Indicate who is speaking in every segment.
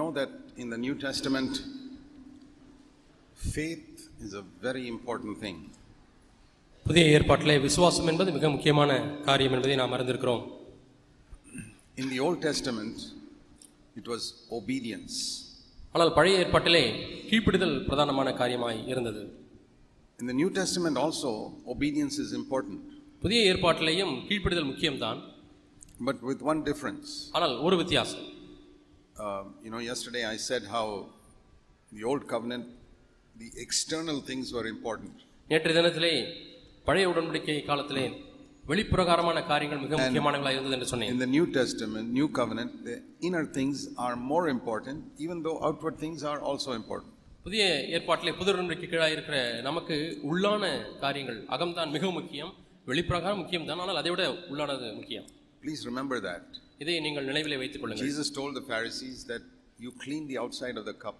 Speaker 1: know that in the New Testament, faith is a very important thing.
Speaker 2: புதிய ஏற்பாட்டிலே விசுவாசம் என்பது மிக முக்கியமான காரியம் என்பதை நாம் அறிந்திருக்கிறோம்
Speaker 1: In the Old Testament, it was obedience.
Speaker 2: ஆனால் பழைய ஏற்பாட்டிலே கீழ்ப்பிடுதல் பிரதானமான காரியமாய் இருந்தது
Speaker 1: In the New Testament, also, obedience is important,
Speaker 2: புதிய ஏற்பாட்டிலேயும் கீழ்ப்பிடுதல் முக்கியம்தான்
Speaker 1: but with one difference.
Speaker 2: ஆனால் ஒரு வித்தியாசம்
Speaker 1: Uh, you know, yesterday I said how in the Old Covenant, the external things were important.
Speaker 2: நேற்றைய தினத்திலே பழைய உடன்படிக்கை காலத்திலே வெளிப்பிரகாரமான காரியங்கள் மிக முக்கியமானவர்களாக இருந்தது என்று சொன்னேன்
Speaker 1: In the New Testament, New Covenant, the inner things are more important, even though outward things are also important.
Speaker 2: புதிய ஏற்பாட்டிலே புது உடன்படிக்கை கீழாக இருக்கிற நமக்கு உள்ளான காரியங்கள் அகம்தான் மிக முக்கியம் வெளிப்பிரகாரம் முக்கியம்தான் ஆனால் அதை விட உள்ளானது முக்கியம்
Speaker 1: Please remember that.
Speaker 2: இதை நீங்கள் நினைவிலே வைத்துக் கொள்ளுங்கள்
Speaker 1: Jesus told the Pharisees that you clean the outside of the cup,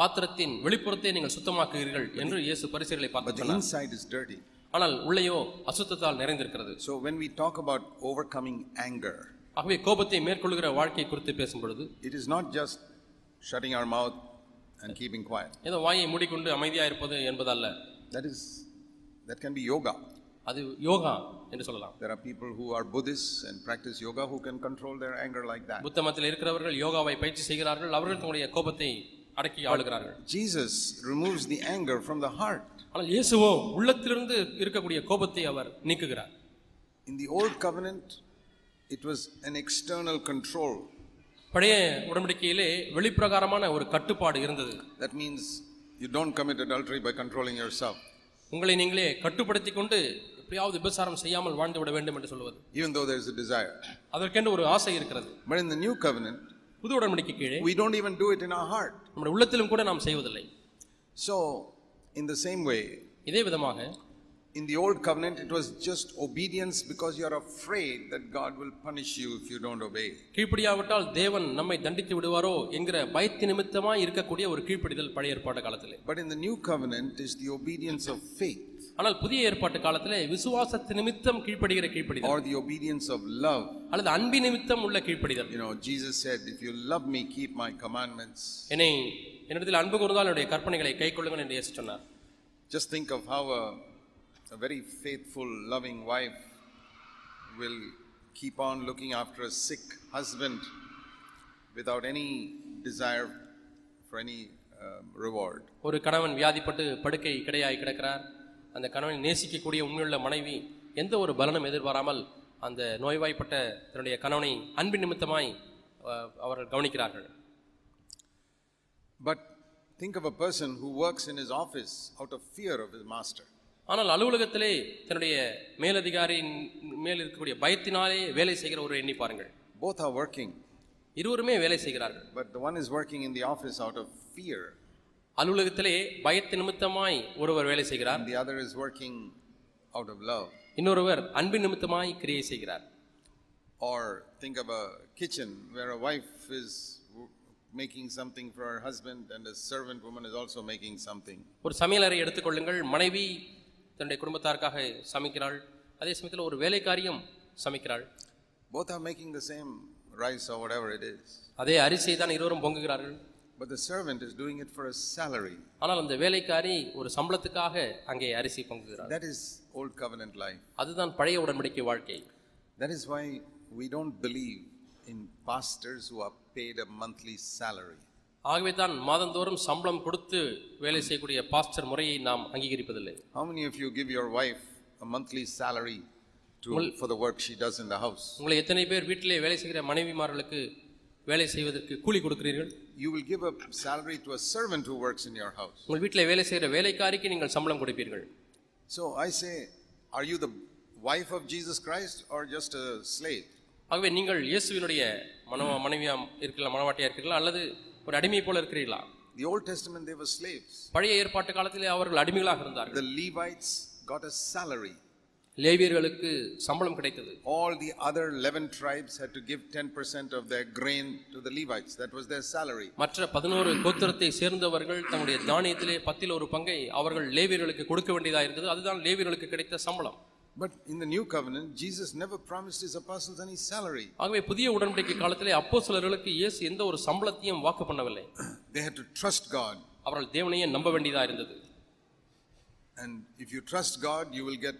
Speaker 2: பாத்திரத்தின் வெளிப்புறத்தை நீங்கள் சுத்தமாக்குகிறீர்கள் என்று இயேசு பரிசுகளை
Speaker 1: but the
Speaker 2: பார்த்து
Speaker 1: inside is dirty.
Speaker 2: ஆனால் உள்ளேயோ அசுத்தத்தால் நிறைந்திருக்கிறது
Speaker 1: So when we talk about overcoming anger,
Speaker 2: ஆகவே கோபத்தை மேற்கொள்கிற வாழ்க்கை குறித்து பேசும் பொழுது
Speaker 1: it is not just shutting our mouth and keeping quiet.
Speaker 2: ஏதோ வாயை மூடிக்கொண்டு அமைதியாக இருப்பது என்பதல்ல
Speaker 1: That is, that can be yoga.
Speaker 2: அது யோகா என்று சொல்லலாம்
Speaker 1: There are people who are Buddhists and practice yoga who can control their anger like that.
Speaker 2: புத்த மதத்தில் இருக்கிறவர்கள் யோகாவை பயிற்சி செய்கிறார்கள் அவர்கள் தங்களுடைய கோபத்தை அடக்கி ஆளுகிறார்கள்
Speaker 1: Jesus removes the anger from the heart.
Speaker 2: ஆனால் இயேசுவோ உள்ளத்திலிருந்து இருக்கக்கூடிய கோபத்தை அவர் நீக்குகிறார்
Speaker 1: In the old covenant, it was an external control.
Speaker 2: பழைய உடன்படிக்கையிலே வெளிப்பிரகாரமான ஒரு கட்டுப்பாடு இருந்தது
Speaker 1: That means you don't commit adultery by controlling yourself.
Speaker 2: உங்களை நீங்களே கட்டுப்படுத்தி கொண்டு எப்படியாவது விபசாரம் செய்யாமல் வாழ்ந்து விட வேண்டும் என்று சொல்வது
Speaker 1: even though there's a desire.
Speaker 2: அதற்கென்று ஒரு ஆசை இருக்கிறது
Speaker 1: But in the new covenant,
Speaker 2: புது உடன்படிக்கை கீழே
Speaker 1: we don't even do it in our heart.
Speaker 2: நம்முடைய உள்ளத்திலும் கூட நாம் செய்வதில்லை
Speaker 1: So, in the same way,
Speaker 2: இதே விதமாக
Speaker 1: in the old covenant, it was just obedience because you're afraid that God will punish you if you don't obey.
Speaker 2: கீழ்ப்படியாவிட்டால் தேவன் நம்மை தண்டித்து விடுவாரோ என்கிற பயத்து நிமித்தமாக இருக்கக்கூடிய ஒரு கீழ்ப்படிதல் பழைய ஏற்பாட்டு காலத்திலே
Speaker 1: But in the new covenant is the obedience of faith
Speaker 2: ஆனால் புதிய ஏற்பாட்டு காலத்திலே விசுவாசத்து நிமித்தம் கீழ்ப்படுகிற கீழ்ப்படிதல்
Speaker 1: or the obedience of love.
Speaker 2: அல்லது அன்பி நிமித்தம் உள்ள கீழ்ப்படிதல்
Speaker 1: You know, Jesus said, If you love me, keep my commandments.
Speaker 2: என்னை என்னிடத்தில் அன்பு கூர்ந்தால் என்னுடைய கற்பனைகளை கை கொள்ளுங்கள் என்று இயேசு சொன்னார்
Speaker 1: Just think of how a, a very faithful, loving wife will keep on looking after a sick husband without any desire for any um, reward.
Speaker 2: ஒரு கணவன் வியாதிப்பட்டு படுக்கை கிடையாய் கிடக்கிறார் அந்த கணவனை நேசிக்கக்கூடிய உண்மையுள்ள மனைவி எந்த ஒரு பலனும் எதிர்பாராமல் அந்த நோய்வாய்ப்பட்ட தன்னுடைய கணவனை அன்பின் நிமித்தமாய் அஹ், அவர்கள் கவனிக்கிறார்கள்
Speaker 1: But think of a person who works in his office out of fear of his master.
Speaker 2: ஆனால் அலுவலகத்திலே தன்னுடைய மேலதிகாரியின் மேல் இருக்கக்கூடிய பயத்தினாலே வேலை செய்கிற ஒரு எண்ணி பாருங்கள்
Speaker 1: Both are working,
Speaker 2: இருவருமே வேலை செய்கிறார்கள்
Speaker 1: but the one is working in the office out of fear,
Speaker 2: அலுவலகத்திலே பயத்து நிமித்தமாய் ஒருவர் வேலை செய்கிறார்
Speaker 1: and the other is working out of love.
Speaker 2: இன்னொருவர் அன்பின் நிமித்தமாய் கிரியை செய்கிறார்
Speaker 1: Or think of a kitchen where a wife is w- making something for her husband and a servant woman is also making something.
Speaker 2: ஒரு சமையலறை எடுத்துக்கொள்ளுங்கள் மனைவி தன்னுடைய குடும்பத்தாருக்காக சமைக்கிறாள் அதே சமயத்தில் ஒரு வேலைக்காரியும் சமைக்கிறாள்
Speaker 1: Both are making the same rice or whatever it is.
Speaker 2: அதே அரிசியை தான் இருவரும் பொங்குகிறார்கள்
Speaker 1: But the servant is doing it for a salary.
Speaker 2: ஆனால் அந்த வேலைக்காரி ஒரு சம்பளத்துக்காக அங்கே அரிசி பொங்குகிறார்
Speaker 1: That is old covenant life.
Speaker 2: அதுதான் பழைய உடன்படிக்கை வாழ்க்கை
Speaker 1: That is why we don't believe in pastors who are paid a monthly salary.
Speaker 2: ஆகவே தான் மாதந்தோறும் சம்பளம் கொடுத்து வேலை செய்யக்கூடிய பாஸ்டர் முறையை நாம் அங்கீகரிப்பதில்லை
Speaker 1: How many of you give your wife a monthly salary to, for the work she does in the house?
Speaker 2: உங்களை எத்தனை பேர் வீட்டிலே வேலை செய்கிற மனைவிமார்களுக்கு வேலை செய்வதற்கு கூலி கொடுக்கிறீர்கள்
Speaker 1: You will give a salary to a servant who works in your house.
Speaker 2: உங்கள் வீட்டிலே வேலை செய்கிற வேலைக்காரிக்கு நீங்கள் சம்பளம் கொடுப்பீர்கள்
Speaker 1: So I say, are you the wife of Jesus Christ or just a slave?
Speaker 2: ஆகவே நீங்கள் இயேசுவினுடைய மனோ மனைவியாம் இருக்கலாம் மனவாட்டியா இருக்கிறீர்களா அல்லது ஒரு அடிமை போல இருக்கிறீர்களா
Speaker 1: The Old Testament, they were slaves.
Speaker 2: பழைய ஏற்பாட்டு காலத்திலே அவர்கள் அடிமைகளாக இருந்தார்கள்
Speaker 1: The Levites got a salary.
Speaker 2: லேவியர்களுக்கு சம்பளம் கிடைத்தது
Speaker 1: All the other 11 tribes had to give 10% of their grain to the Levites. That was their salary.
Speaker 2: மற்ற பதினோரு கோத்திரத்தை சேர்ந்தவர்கள் தங்களுடைய தானியத்திலே பத்தில் ஒரு பங்கை அவர்கள் லேவியர்களுக்கு கொடுக்க வேண்டியதாக இருந்தது அதுதான் லேவியர்களுக்கு கிடைத்த சம்பளம்
Speaker 1: But in the new covenant, Jesus never promised his apostles any salary.
Speaker 2: ஆகவே புதிய உடன்படிக்கை காலத்திலே அப்போ சிலர்களுக்கு இயேசு எந்த ஒரு சம்பளத்தையும் வாக்கு பண்ணவில்லை
Speaker 1: They had to trust God.
Speaker 2: அவர்கள் தேவனையே நம்ப வேண்டியதா இருந்தது
Speaker 1: And if you trust God, you will get,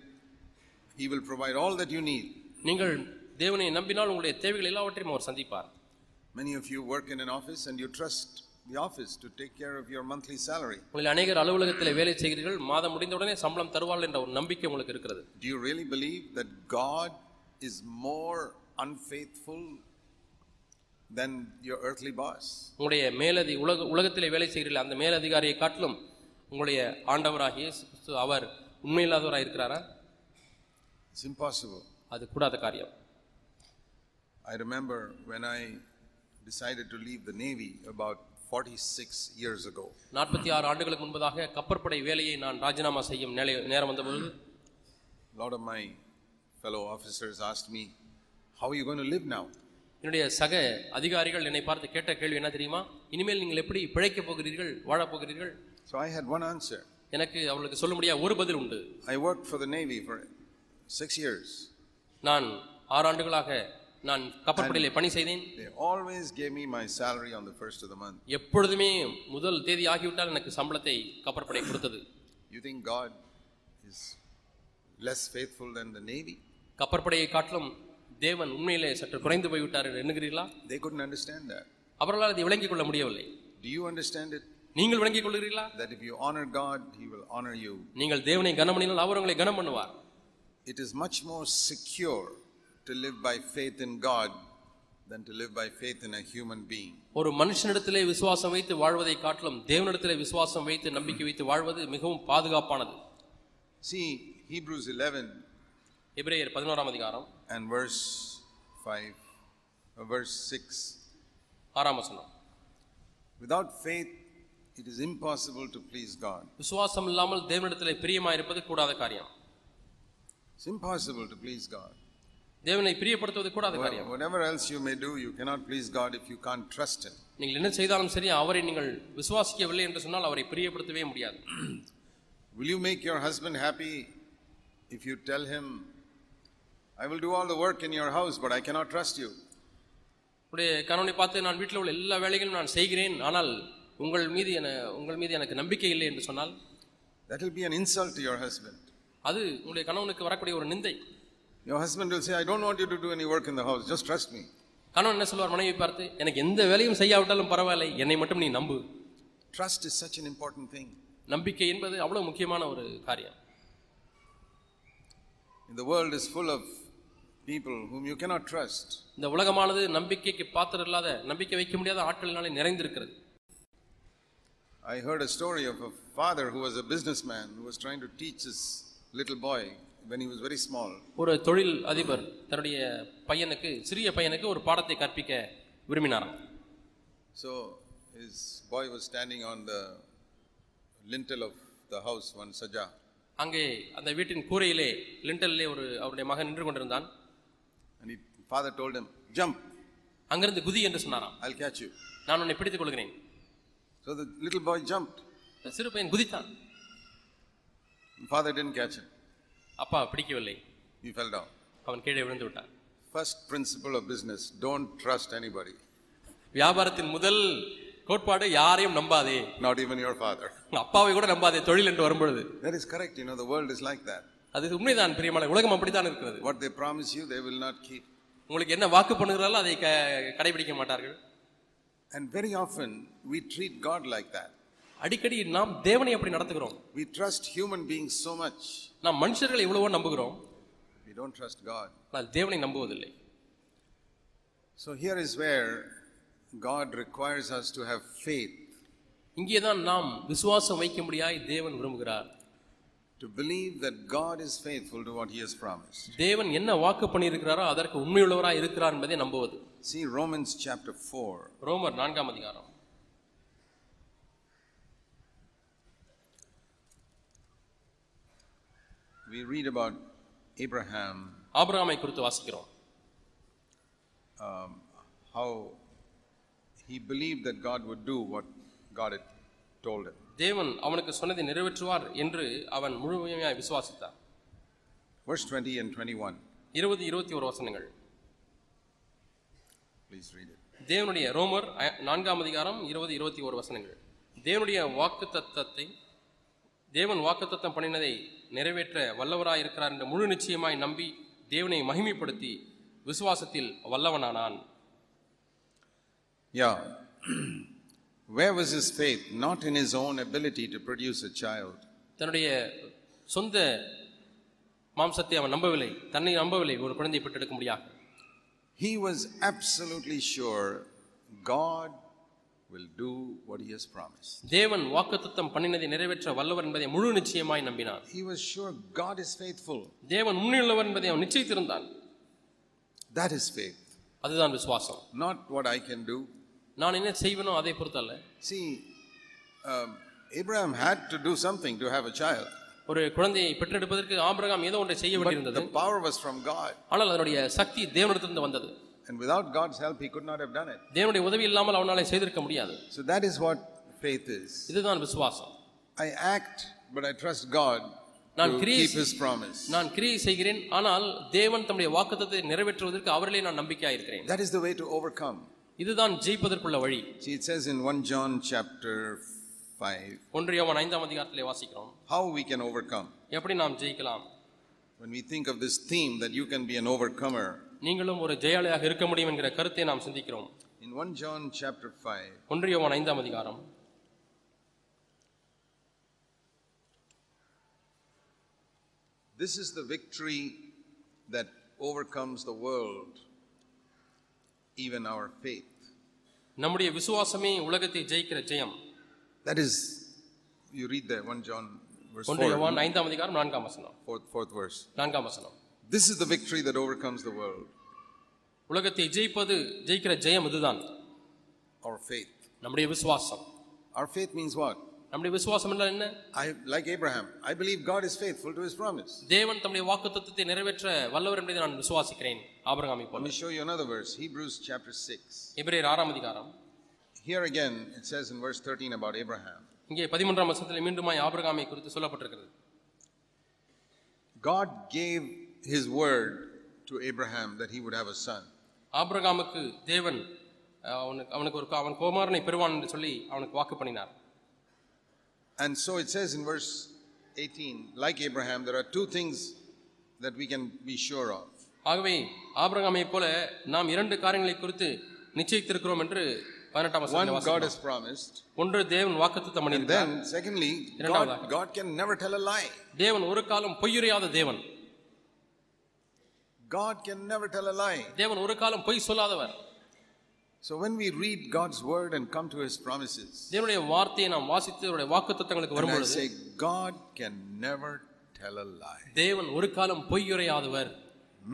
Speaker 1: He will provide all that you need.
Speaker 2: நீங்கள் தேவனை நம்பினால் உங்களுடைய தேவைகள் எல்லாவற்றையும் அவர் சந்திப்பார்
Speaker 1: Many of you work in an office and you trust the office to take care of your monthly salary.
Speaker 2: உங்களில் அநேகர் அலுவலகத்தில் வேலை செய்கிறீர்கள் மாதம் முடிந்தவுடனே சம்பளம் தருவார்கள் என்ற ஒரு நம்பிக்கை உங்களுக்கு இருக்கிறது
Speaker 1: Do you really believe that God is more unfaithful than your earthly boss?
Speaker 2: உங்களுடைய மேலதி உலக உலகத்திலே வேலை செய்கிறீர்கள் அந்த மேலதிகாரியை காட்டிலும் உங்களுடைய ஆண்டவராகிய இயேசு கிறிஸ்து அவர் உண்மையில்லாதவராக இருக்கிறாரா
Speaker 1: It's impossible.
Speaker 2: அது கூடாத காரியம்
Speaker 1: I remember when I decided to leave the Navy about 46 years ago.
Speaker 2: நாற்பத்தி ஆறு ஆண்டுகளுக்கு முன்பதாக கப்பற்படை வேலையை நான் ராஜினாமா செய்யும் நிலை நேரம் வந்தபொழுது
Speaker 1: A lot of my fellow officers asked me, How are you going to live now?
Speaker 2: என்னுடைய சக அதிகாரிகள் என்னை பார்த்து கேட்ட கேள்வி என்ன தெரியுமா இனிமேல் நீங்கள் எப்படி பிழைக்கப் போகிறீர்கள் வாழப் போகிறீர்கள்
Speaker 1: So I had one answer.
Speaker 2: எனக்கு அவர்களுக்கு சொல்ல முடியாத ஒரு பதில் உண்டு
Speaker 1: I worked for the Navy for six years.
Speaker 2: நான் ஆறு ஆண்டுகளாக நான் கப்பற்படையிலே பணி செய்தேன்
Speaker 1: They always gave me my salary on the first of the month.
Speaker 2: எப்பொழுதுமே முதல் தேதி ஆகிவிட்டால் எனக்கு சம்பளத்தை கப்பற்படை கொடுத்தது
Speaker 1: You think God is less faithful than the Navy?
Speaker 2: கப்பற்படையை காட்டிலும் தேவன் உண்மையிலே சற்று குறைந்து போய்விட்டார் என்று எண்ணுகிறீர்களா
Speaker 1: They couldn't understand that.
Speaker 2: அவர்களால் அதை விளங்கிக் கொள்ள முடியவில்லை
Speaker 1: Do you understand it?
Speaker 2: நீங்கள் விளங்கிக் கொள்கிறீர்களா
Speaker 1: That if you honor God, He will honor you.
Speaker 2: நீங்கள் தேவனை கனமணினால் அவர் உங்களை கனம் பண்ணுவார்
Speaker 1: It is much more secure to live by faith in God than to live by faith in a human being.
Speaker 2: ஒரு மனுஷனிடத்திலே விசுவாசம் வைத்து வாழ்வதை காட்டிலும் தேவனிடத்திலே விசுவாசம் வைத்து நம்பிக்கை வைத்து வாழ்வது மிகவும் பாதுகாப்பானது
Speaker 1: See, Hebrews 11
Speaker 2: எபிரேயர் பதினோராம் அதிகாரம்
Speaker 1: and verse 5, uh, verse 6.
Speaker 2: ஆறாம் வசனம்
Speaker 1: Without faith, it is impossible to please God.
Speaker 2: விசுவாசம் இல்லாமல் தேவனிடத்திலே பிரியமாயிருப்பது கூடாத காரியம்
Speaker 1: It's impossible to please God.
Speaker 2: தேவனை பிரியப்படுத்துவது கூடாத
Speaker 1: Wha-
Speaker 2: காரியம்
Speaker 1: Whatever else you may do, you cannot please God if you can't trust Him.
Speaker 2: நீங்கள் என்ன செய்தாலும் சரி அவரை நீங்கள் விசுவாசிக்கவில்லை என்று சொன்னால் அவரை பிரியப்படுத்தவே முடியாது
Speaker 1: Will you make your husband happy if you tell him, I will do all the work in your house, but I cannot trust you?
Speaker 2: உடைய கணவனை பார்த்து நான் வீட்டில் உள்ள எல்லா வேலைகளும் நான் செய்கிறேன் ஆனால் உங்கள் மீது என உங்கள் மீது எனக்கு நம்பிக்கை இல்லை என்று சொன்னால்
Speaker 1: That will be an insult to your husband.
Speaker 2: அது உங்களுடைய கணவனுக்கு வரக்கூடிய ஒரு நிந்தை
Speaker 1: Your husband will say, I don't want you to do any work in the house, just trust me.
Speaker 2: கணவன் என்ன சொல்வார் மனைவி பார்த்து எனக்கு எந்த வேலையும் செய்யாவிட்டாலும் பரவாயில்லை என்னை மட்டும் நீ நம்பு
Speaker 1: Trust is such an important thing.
Speaker 2: நம்பிக்கை என்பது அவ்வளவு முக்கியமான ஒரு காரியம்
Speaker 1: And the world is full of people whom you cannot trust.
Speaker 2: இந்த உலகமானது நம்பிக்கைக்கு பாத்திரம் இல்லாத நம்பிக்கை வைக்க முடியாத ஆட்களினாலே நிறைந்திருக்கிறது
Speaker 1: I heard a story of a father who was a businessman who was trying to teach his little boy when he was very small.
Speaker 2: ஒரு தொழில் அதிபர் தன்னுடைய பையனுக்கு சிறிய பையனுக்கு ஒரு பாடத்தை கற்பிக்க விரும்பினாராம்
Speaker 1: So his boy was standing on the lintel of the house, one sajah.
Speaker 2: அங்கே அந்த வீட்டின் கூரையிலே லிண்டலிலே ஒரு அவருடைய மகன் நின்று கொண்டிருந்தான்
Speaker 1: And he, father told him, Jump,
Speaker 2: அங்கிருந்து குதி என்று சொன்னாராம்
Speaker 1: I'll catch you.
Speaker 2: நான் உன்னை பிடித்துக் கொள்கிறேன்
Speaker 1: So the little boy jumped.
Speaker 2: இந்த சிறு பையன் குதித்தான்
Speaker 1: Father didn't catch him,
Speaker 2: அப்பா பிடிக்கவில்லை
Speaker 1: he fell down.
Speaker 2: அவன் கீழே விழுந்து விட்டான்
Speaker 1: First principle of business don't trust anybody,
Speaker 2: வியாபாரத்தின் முதல் கோட்பாடு யாரையும் நம்பாதே
Speaker 1: not even your father.
Speaker 2: அப்பாவை கூட நம்பாதே தொழில் என்று வரும்பொழுது
Speaker 1: That is correct, you know, the world is like that.
Speaker 2: அது உண்மைதான் பிரியமான உலகம் அப்படித்தான் இருக்கிறது
Speaker 1: What they promise you, they will not keep.
Speaker 2: உங்களுக்கு என்ன வாக்கு பண்ணுகிறாரோ அதை க- கடைபிடிக்க மாட்டார்கள்
Speaker 1: And very often, we treat God like that.
Speaker 2: அடிக்கடி நாம் தேவனை அப்படி நடத்துகிறோம்
Speaker 1: We trust human beings so much,
Speaker 2: நாம் மனுஷர்களை எவ்வளவோ நம்புகிறோம்
Speaker 1: we don't trust God.
Speaker 2: ஆனால் தேவனை நம்புவதில்லை
Speaker 1: So here is where God requires us to have faith,
Speaker 2: இங்கே தான் நாம் விசுவாசம் வைக்க முடியாய் தேவன் விரும்புகிறார்
Speaker 1: to believe that God is faithful to what He has promised.
Speaker 2: தேவன் என்ன வாக்கு பண்ணியிருக்கிறாரோ அதற்கு உண்மையுள்ளவராக இருக்கிறார் என்பதை நம்புவது
Speaker 1: See Romans chapter 4,
Speaker 2: ரோமர் நான்காம் அதிகாரம்
Speaker 1: we read about Abraham,
Speaker 2: ஆபிரகாமை குறித்து வாசிக்கிறோம்
Speaker 1: um, how he believed that God would do what God had told him.
Speaker 2: தேவன் அவனுக்கு சொன்னதை நிறைவேற்றுவார் என்று அவன் முழுமையாய் விசுவாசித்தார்
Speaker 1: Verse 20 and 21.
Speaker 2: இருபது இருபத்தி ஒரு வசனங்கள்
Speaker 1: Please read it.
Speaker 2: தேவனுடைய ரோமர் அ- நான்காம் அதிகாரம் இருபது இருபத்தி ஒரு வசனங்கள் தேவனுடைய வாக்கு தத்தத்தை தேவன் வாக்குத்தத்தம் பண்ணினதை நிறைவேற்ற வல்லவராய் இருக்கிறார் என்று முழு நிச்சயமாய் நம்பி தேவனை மகிமைப்படுத்தி விசுவாசத்தில் வல்லவனானான்
Speaker 1: Yeah. Where was his faith? Not in his own ability to produce a child,
Speaker 2: தன்னுடைய சொந்த மாம்சத்தை அவன் நம்பவில்லை தன்னை நம்பவில்லை ஒரு குழந்தை பெற்றெடுக்க முடியாது
Speaker 1: he was absolutely sure God will do what he has promised.
Speaker 2: தேவன் வாக்குத்தத்தம் பண்ணினதை நிறைவேற்ற வல்லவர் என்பதை முழு நிச்சயமாய் நம்பினான்
Speaker 1: He was sure God is faithful.
Speaker 2: தேவன் முன்னிலவர் என்பதை அவன் நிச்சயித்திருந்தான்
Speaker 1: That is faith,
Speaker 2: அதுதான் விசுவாசம்
Speaker 1: not what I can do.
Speaker 2: நான் என்ன செய்வேனோ அதை பொறுத்தல்ல
Speaker 1: See, um, Abraham had to do something to have a child,
Speaker 2: ஒரு குழந்தையை பெற்றெடுப்பதற்கு ஆபிரகாம் ஏதோ ஒன்றை செய்ய
Speaker 1: but
Speaker 2: வேண்டியிருந்தது
Speaker 1: the power was from God,
Speaker 2: ஆனால் அதனுடைய சக்தி தேவனிடத்திலிருந்து வந்தது
Speaker 1: and without God's help, he could not have done it.
Speaker 2: தேவனுடைய உதவி இல்லாமல் அவனாலே செய்திருக்க முடியாது
Speaker 1: So that is what faith is.
Speaker 2: இதுதான் விசுவாசம்
Speaker 1: I act, but I trust God
Speaker 2: நான்
Speaker 1: to
Speaker 2: கிரியை
Speaker 1: keep
Speaker 2: செய்-
Speaker 1: His promise.
Speaker 2: நான் கிரியை செய்கிறேன் ஆனால் தேவன் தம்முடைய வாக்குத்தத்தை நிறைவேற்றுவதற்கு அவரிலே நான் நம்பிக்கையாயிருக்கிறேன்
Speaker 1: That is the way to overcome.
Speaker 2: இதுதான் ஜெயிப்பதற்குள்ள வழி
Speaker 1: See, it says in 1 John chapter 5
Speaker 2: ஒன்று யோவான் ஐந்தாம் அதிகாரத்திலே வாசிக்கிறோம்
Speaker 1: how we can overcome.
Speaker 2: எப்படி நாம் ஜெயிக்கலாம்
Speaker 1: When we think of this theme that you can be an overcomer,
Speaker 2: நீங்களும் ஒரு ஜெயாளியாக இருக்க முடியும் என்கிற கருத்தை நாம் சிந்திக்கிறோம்
Speaker 1: in 1 John chapter 5,
Speaker 2: ஒன்று யோவான் ஐந்தாம் அதிகாரம்
Speaker 1: this is the victory that overcomes the world, even our faith.
Speaker 2: நம்முடைய விசுவாசமே உலகத்தை ஜெயிக்கிற ஜெயம்
Speaker 1: That is, you read there, 1 John verse
Speaker 2: ஒன்று
Speaker 1: 4,
Speaker 2: யோவான் ஐந்தாம் அதிகாரம் நான்காம் வசனம்
Speaker 1: fourth, fourth verse.
Speaker 2: நான்காம் வசனம்
Speaker 1: This is the victory that overcomes the world,
Speaker 2: உலகத்தை ஜெயிப்பது ஜெயிக்கிற ஜெயம் இதுதான்
Speaker 1: our faith.
Speaker 2: நம்முடைய விசுவாசம்
Speaker 1: Our faith means what?
Speaker 2: நம்முடைய விசுவாசம் என்றால் என்ன
Speaker 1: I, like Abraham, I believe God is faithful to his promise.
Speaker 2: தேவன் தம்முடைய வாக்குத்தத்தத்தை நிறைவேற்ற வல்லவர் என்பதை நான் விசுவாசிக்கிறேன் ஆபிரகாமை
Speaker 1: Let
Speaker 2: போல
Speaker 1: me show you another verse, Hebrews chapter 6.
Speaker 2: எபிரேயர் ஆறாம் அதிகாரம்
Speaker 1: Here again, it says in verse 13 about Abraham
Speaker 2: இங்கே பதிமூன்றாம் வசனத்தில் மீண்டுமாய் ஆபிரகாமை குறித்து சொல்லப்பட்டிருக்கிறது
Speaker 1: God gave his word to Abraham that he would have a son.
Speaker 2: ஆபிரகாமுக்கு தேவன் அஹ், அவனுக்கு அவனுக்கு ஒரு அவன் குமாரனை பெறுவான் என்று சொல்லி அவனுக்கு வாக்கு பண்ணினார்
Speaker 1: And so it says in verse 18, like Abraham, there are two things that we can be sure of.
Speaker 2: ஆகவே ஆபிரகாமை போல நாம் இரண்டு காரியங்களை குறித்து நிச்சயித்திருக்கிறோம் என்று பதினெட்டாம்
Speaker 1: One,
Speaker 2: வசனத்தில்
Speaker 1: God
Speaker 2: வாசிக்கிறோம்.
Speaker 1: has promised.
Speaker 2: ஒன்று தேவன் வாக்குத்தத்தம்
Speaker 1: And
Speaker 2: பண்ணியிருந்தார்
Speaker 1: then, secondly,
Speaker 2: இரண்டாவதாக.
Speaker 1: God, God can never tell a lie.
Speaker 2: தேவன் ஒரு காலம் பொய்யுரையாத தேவன்
Speaker 1: God can never tell a lie.
Speaker 2: தேவன் ஒரு காலம் பொய் சொல்லாதவர்
Speaker 1: So when we read God's word and come to his promises,
Speaker 2: தேவனுடைய வார்த்தையை நாம் வாசித்து அவருடைய வாக்குத்தத்தங்களுக்கு
Speaker 1: and I
Speaker 2: வரும்பொழுது
Speaker 1: say, God can never tell a lie.
Speaker 2: தேவன் ஒரு காலம் பொய்யுரையாதவர்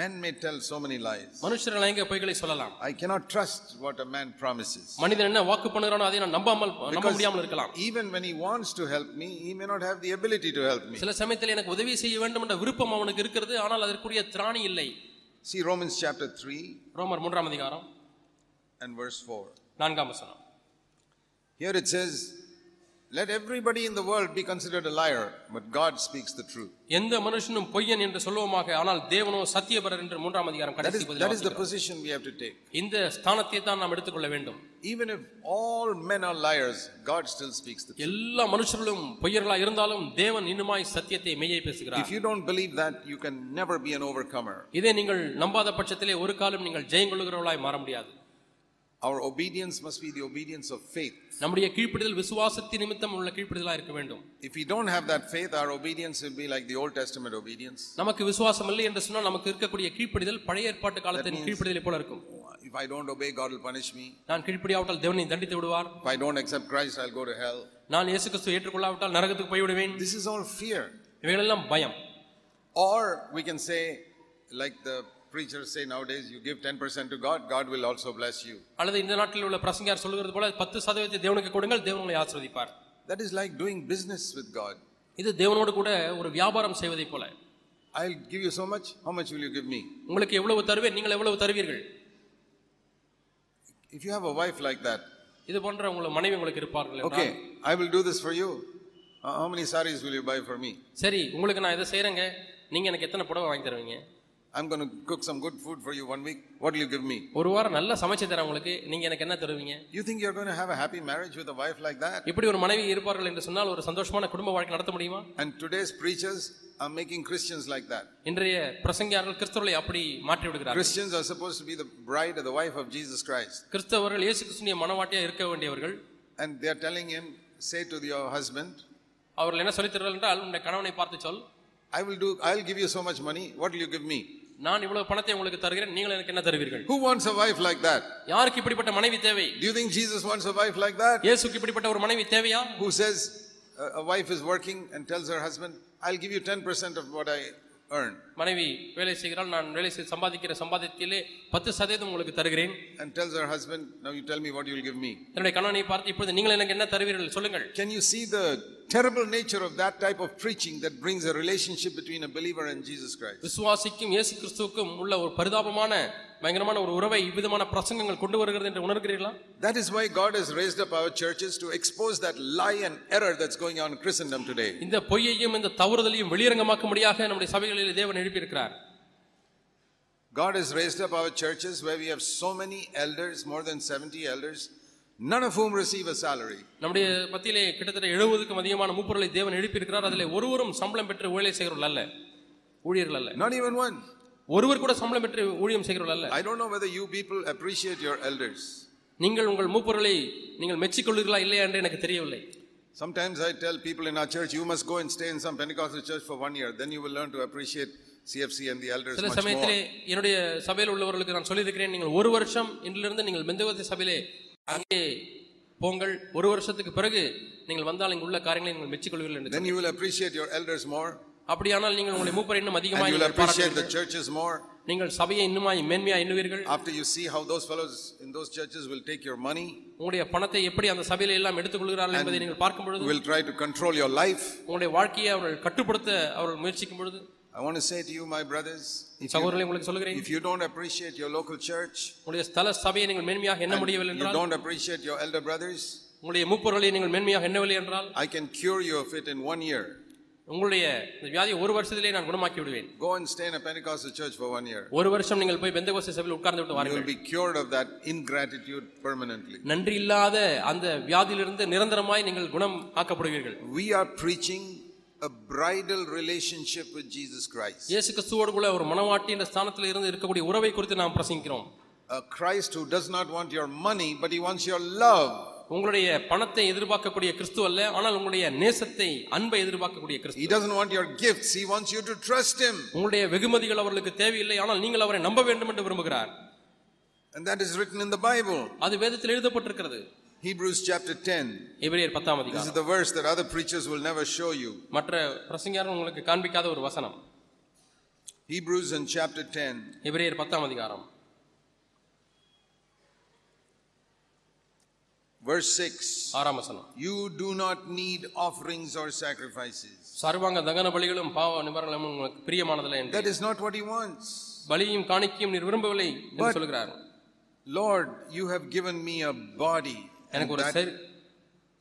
Speaker 1: Men may tell so many lies.
Speaker 2: மனுஷர்கள் எங்க பொய்களை சொல்லலாம்
Speaker 1: I cannot trust what a man promises.
Speaker 2: மனிதன் என்ன வாக்கு பண்ணுகிறானோ அதை நான் நம்பாமல் நம்ப முடியாமல் இருக்கலாம்
Speaker 1: even when he wants to help me, he may not have the ability to help me.
Speaker 2: சில சமயத்தில் எனக்கு உதவி செய்ய வேண்டும் என்ற விருப்பம் அவனுக்கு இருக்கிறது ஆனால் அதற்குரிய திராணி இல்லை
Speaker 1: See Romans chapter 3
Speaker 2: ரோமர் மூன்றாம் அதிகாரம்
Speaker 1: and verse 4.
Speaker 2: நான்காம் வசனம்
Speaker 1: Here it says, Let everybody in the world be considered a liar, but God speaks the truth.
Speaker 2: எந்த மனுஷனும் பொய்யன் என்று சொல்லுவோமாக ஆனால் தேவனோ சத்தியபரர் என்று மூன்றாம் அதிகாரம்
Speaker 1: That
Speaker 2: கடைசி
Speaker 1: is,
Speaker 2: பதில்
Speaker 1: that is the
Speaker 2: வாசிக்கிறோம்.
Speaker 1: position we have to take.
Speaker 2: இந்த ஸ்தானத்தை தான் நாம் எடுத்துக்கொள்ள வேண்டும்
Speaker 1: Even if all men are liars, God still speaks the truth.
Speaker 2: எல்லா மனுஷர்களும் பொய்யர்களா இருந்தாலும் தேவன் இன்னுமாய் சத்தியத்தை மெய்யை பேசுகிறார்
Speaker 1: If you don't believe that, you can never be an overcomer.
Speaker 2: இதை நீங்கள் நம்பாத பட்சத்திலே ஒரு காலம் நீங்கள் ஜெயங்கொள்ளுகிறவர்களாய் மாற முடியாது
Speaker 1: Our obedience must be the obedience of faith.
Speaker 2: நம்முடைய கீழ்ப்படிதல் விசுவாசத்தின் நிமித்தம் உள்ள கீழ்ப்படிதலா இருக்க வேண்டும்
Speaker 1: If we don't have that faith, our obedience will be like the Old Testament obedience.
Speaker 2: நமக்கு விசுவாசம் இல்லை என்று சொன்னால் நமக்கு இருக்கக்கூடிய கீழ்ப்படிதல் பழைய ஏற்பாட்டு காலத்தின் கீழ்ப்படிதலை போல இருக்கும்
Speaker 1: If I don't obey, God will punish me.
Speaker 2: நான் கீழ்ப்படியாவிட்டால் தேவனை தண்டித்து விடுவார்
Speaker 1: If I don't accept Christ, I'll go to hell.
Speaker 2: நான் இயேசு கிறிஸ்துவை ஏற்றுக்கொள்ளாவிட்டால் நரகத்துக்கு போய்விடுவேன்
Speaker 1: This is all fear.
Speaker 2: இவைகளெல்லாம் பயம்
Speaker 1: Or we can say, like the preachers say nowadays, you give 10% to God, God will also bless you.
Speaker 2: அல்லது இந்த நாட்டில் உள்ள பிரசங்கியார் சொல்கிறது போல பத்து சதவீதத்தை தேவனுக்கு கொடுங்கள் தேவன் உங்களை ஆசீர்வதிப்பார்
Speaker 1: That is like doing business with God.
Speaker 2: இது தேவனோடு கூட ஒரு வியாபாரம் செய்வதை போல
Speaker 1: I'll give you so much, how much will you give me?
Speaker 2: உங்களுக்கு எவ்வளவு தருவேன் நீங்கள் எவ்வளவு தருவீர்கள்
Speaker 1: If you have a wife like that,
Speaker 2: இது போன்ற உங்களை மனைவி உங்களுக்கு இருப்பார்கள் என்றால்,
Speaker 1: okay, Uh, I will do this for you. How how many saris will you buy for me?
Speaker 2: சரி உங்களுக்கு நான் இதை செய்யறேங்க நீங்க எனக்கு எத்தனை புடவை வாங்கி தருவீங்க
Speaker 1: I'm going to cook some good food for you one week. What will you give me?
Speaker 2: ஒரு வாரம் நல்லா சமைச்சு தரேன் உங்களுக்கு நீங்க எனக்கு என்ன தருவீங்க
Speaker 1: You think you're going to have a happy marriage with a wife like that?
Speaker 2: இப்படி ஒரு மனைவி இருப்பார்கள் என்று சொன்னால் ஒரு சந்தோஷமான குடும்ப வாழ்க்கை நடத்த முடியுமா
Speaker 1: And today's preachers are making Christians like that.
Speaker 2: இன்றைய பிரசங்கியார்கள் கிறிஸ்தவர்களை அப்படி மாற்றி விடுகிறார்கள்
Speaker 1: Christians are supposed to be the bride or the wife of Jesus Christ.
Speaker 2: கிறிஸ்தவர்கள் இயேசு கிறிஸ்துவின் மனவாட்டியா இருக்க வேண்டியவர்கள்
Speaker 1: And they are telling him, say to your husband,
Speaker 2: அவர்கள் என்ன சொல்லித் தருவார்கள் என்றால் உன்னுடைய கணவனை பார்த்து சொல்
Speaker 1: I will do, I'll give you so much money. What will you give me?
Speaker 2: நான் இவ்வளவு பணத்தை உங்களுக்கு தருகிறேன் நீங்கள் எனக்கு என்ன தருவீர்கள்
Speaker 1: Who wants a wife like that?
Speaker 2: யாருக்கு இப்படிப்பட்ட மனைவி தேவை
Speaker 1: Do you think Jesus wants a wife like that?
Speaker 2: இயேசுக்கு இப்படிப்பட்ட ஒரு மனைவி தேவையா
Speaker 1: Who says uh, a wife is working and tells her husband, I'll give you 10% of what I earn.
Speaker 2: மனைவி வேலை செய்கிறாள் நான் வேலை செய்து சம்பாதிக்கிற சம்பாதியத்திலே பத்து சதவீதம் உங்களுக்கு தருகிறேன்
Speaker 1: And tells her husband, now you tell me what you'll give me.
Speaker 2: என்னுடைய கணவனை பார்த்து இப்பொழுது நீங்கள் எனக்கு என்ன தருவீர்கள் சொல்லுங்கள்
Speaker 1: Can you see the terrible nature of that type of preaching that brings a relationship between a believer and Jesus Christ?
Speaker 2: விசுவாசிக்கும் இயேசு கிறிஸ்துவுக்கும் உள்ள ஒரு பரிதாபமான பயங்கரமான ஒரு உறவை இவ்விதமான பிரசங்கங்கள் கொண்டு வருகிறது என்று உணர்கிறீர்களா
Speaker 1: That is why God has raised up our churches to expose that lie and error that's going on in Christendom today.
Speaker 2: இந்த பொய்யையும் இந்த தவறுதலையும் வெளியரங்கமாக்கும்படியாக நம்முடைய சபைகளில் தேவன் எழுப்பியிருக்கிறார்
Speaker 1: God has raised up our churches where we have so many elders, more than 70 elders, none of whom receive a salary.
Speaker 2: நம்முடைய மத்தியிலே கிட்டத்தட்ட எழுபதுக்கும் அதிகமான மூப்பொருளை தேவன் எழுப்பியிருக்கிறார் அதிலே ஒருவரும் சம்பளம் பெற்று ஊழியர் செய்கிறவர்கள் அல்ல ஊழியர்கள் அல்ல
Speaker 1: Not even one.
Speaker 2: ஒருவர் கூட சம்பளம் பெற்று ஊழியம் செய்கிறவர்கள் அல்ல
Speaker 1: I don't know whether you people appreciate your elders.
Speaker 2: நீங்கள் உங்கள் மூப்பொருளை நீங்கள் மெச்சிக்கொள்கிறீர்களா இல்லையா என்று எனக்கு தெரியவில்லை
Speaker 1: Sometimes I tell people in our church, you must go and stay in some Pentecostal church for one year, then you will learn to appreciate CFC and the elders
Speaker 2: சில
Speaker 1: much more.
Speaker 2: சமயத்திலே என்னுடைய சபையில் உள்ளவர்களுக்கு நான் சொல்லியிருக்கிறேன் நீங்கள் ஒரு வருஷம் இன்றிலிருந்து நீங்கள் மெந்தவத்தை சபையிலே அங்கே போங்கள் ஒரு வருஷத்துக்கு பிறகு நீங்கள் வந்தால் இங்குள்ள காரியங்களை நீங்கள் மெச்சிக்கொள்வீர்கள் என்று
Speaker 1: Then you will appreciate your elders more,
Speaker 2: அப்படியானால் நீங்கள் உங்களை மூப்பரை இன்னும்
Speaker 1: and
Speaker 2: அதிகமாக
Speaker 1: you will
Speaker 2: நீங்கள்
Speaker 1: appreciate the
Speaker 2: பாராட்டுவீர்கள்.
Speaker 1: churches more.
Speaker 2: நீங்கள் சபையை இன்னுமாய் மேன்மையாக எண்ணுவீர்கள்
Speaker 1: After you see how those fellows in those churches will take your money,
Speaker 2: உங்களுடைய பணத்தை எப்படி அந்த சபையில எல்லாம் எடுத்துக்கொள்கிறார்கள் என்பதை நீங்கள் பார்க்கும் பொழுது
Speaker 1: will try to control your life.
Speaker 2: உங்களுடைய வாழ்க்கையை அவர்கள் கட்டுப்படுத்த அவர்கள் முயற்சிக்கும் பொழுது
Speaker 1: I want to say to you, my brothers, if you,
Speaker 2: சகோதரர்களை உங்களுக்கு சொல்கிறேன்
Speaker 1: if you don't appreciate your local church,
Speaker 2: உங்களுடைய ஸ்தல சபையை நீங்கள் மேன்மையாக எண்ண முடியவில்லை
Speaker 1: you
Speaker 2: என்றால்
Speaker 1: don't appreciate your elder brothers,
Speaker 2: உங்களுடைய மூப்பொருளை நீங்கள் மேன்மையாக எண்ணவில்லை என்றால்
Speaker 1: I can cure you of it in one year.
Speaker 2: உங்களுடைய இந்த வியாதியை ஒரு வருஷத்திலே நான் குணமாக்கி விடுவேன்
Speaker 1: Go and stay in a Pentecostal church for one year.
Speaker 2: ஒரு வருஷம் நீங்கள் போய் பெந்தகோஸ்தே சபையில் உட்கார்ந்து விட்டு
Speaker 1: You will
Speaker 2: வாருங்கள்
Speaker 1: be cured of that ingratitude permanently.
Speaker 2: நன்றி இல்லாத அந்த வியாதியிலிருந்து நிரந்தரமாய் நீங்கள் குணம் ஆக்கப்படுவீர்கள்
Speaker 1: We are preaching a bridal relationship with Jesus Christ.
Speaker 2: இயேசு கிறிஸ்துவோடு கூட ஒரு மனவாட்டி என்ற ஸ்தானத்தில் இருந்து இருக்கக்கூடிய உறவை குறித்து நாம் பிரசங்கிக்கிறோம்
Speaker 1: A Christ who does not want your money, but he wants your love.
Speaker 2: உங்களுடைய பணத்தை எதிர்பார்க்கக்கூடிய கிறிஸ்து அல்ல ஆனால் உங்களுடைய நேசத்தை அன்பை எதிர்பார்க்கக்கூடிய கிறிஸ்து
Speaker 1: He doesn't want your gifts, he wants you to trust him.
Speaker 2: உங்களுடைய வெகுமதிகள் அவர்களுக்கு தேவையில்லை ஆனால் நீங்கள் அவரை நம்ப வேண்டும் என்று விரும்புகிறார்
Speaker 1: And that is written in the Bible.
Speaker 2: அது வேதத்தில் எழுதப்பட்டிருக்கிறது
Speaker 1: Hebrews chapter 10.
Speaker 2: எபிரேயர் பத்தாம்
Speaker 1: This is
Speaker 2: அதிகாரம்
Speaker 1: the verse that other preachers will never show you.
Speaker 2: மற்ற பிரசங்கியாரும் உங்களுக்கு காண்பிக்காத ஒரு வசனம்
Speaker 1: Hebrews in chapter 10,
Speaker 2: எபிரேயர் பத்தாம் அதிகாரம்
Speaker 1: verse 6.
Speaker 2: ஆறாம் வசனம்
Speaker 1: You do not need offerings or sacrifices.
Speaker 2: சர்வாங்க தகன பலிகளும் பாவ நிவாரணங்களும் உங்களுக்கு பிரியமானதில்லை என்று
Speaker 1: That is not what he wants.
Speaker 2: பலியும் காணிக்கையும் நீர் விரும்பவில்லை என்று சொல்கிறார்
Speaker 1: Lord, you have given me a body.
Speaker 2: எனக்கு ஒரு சரி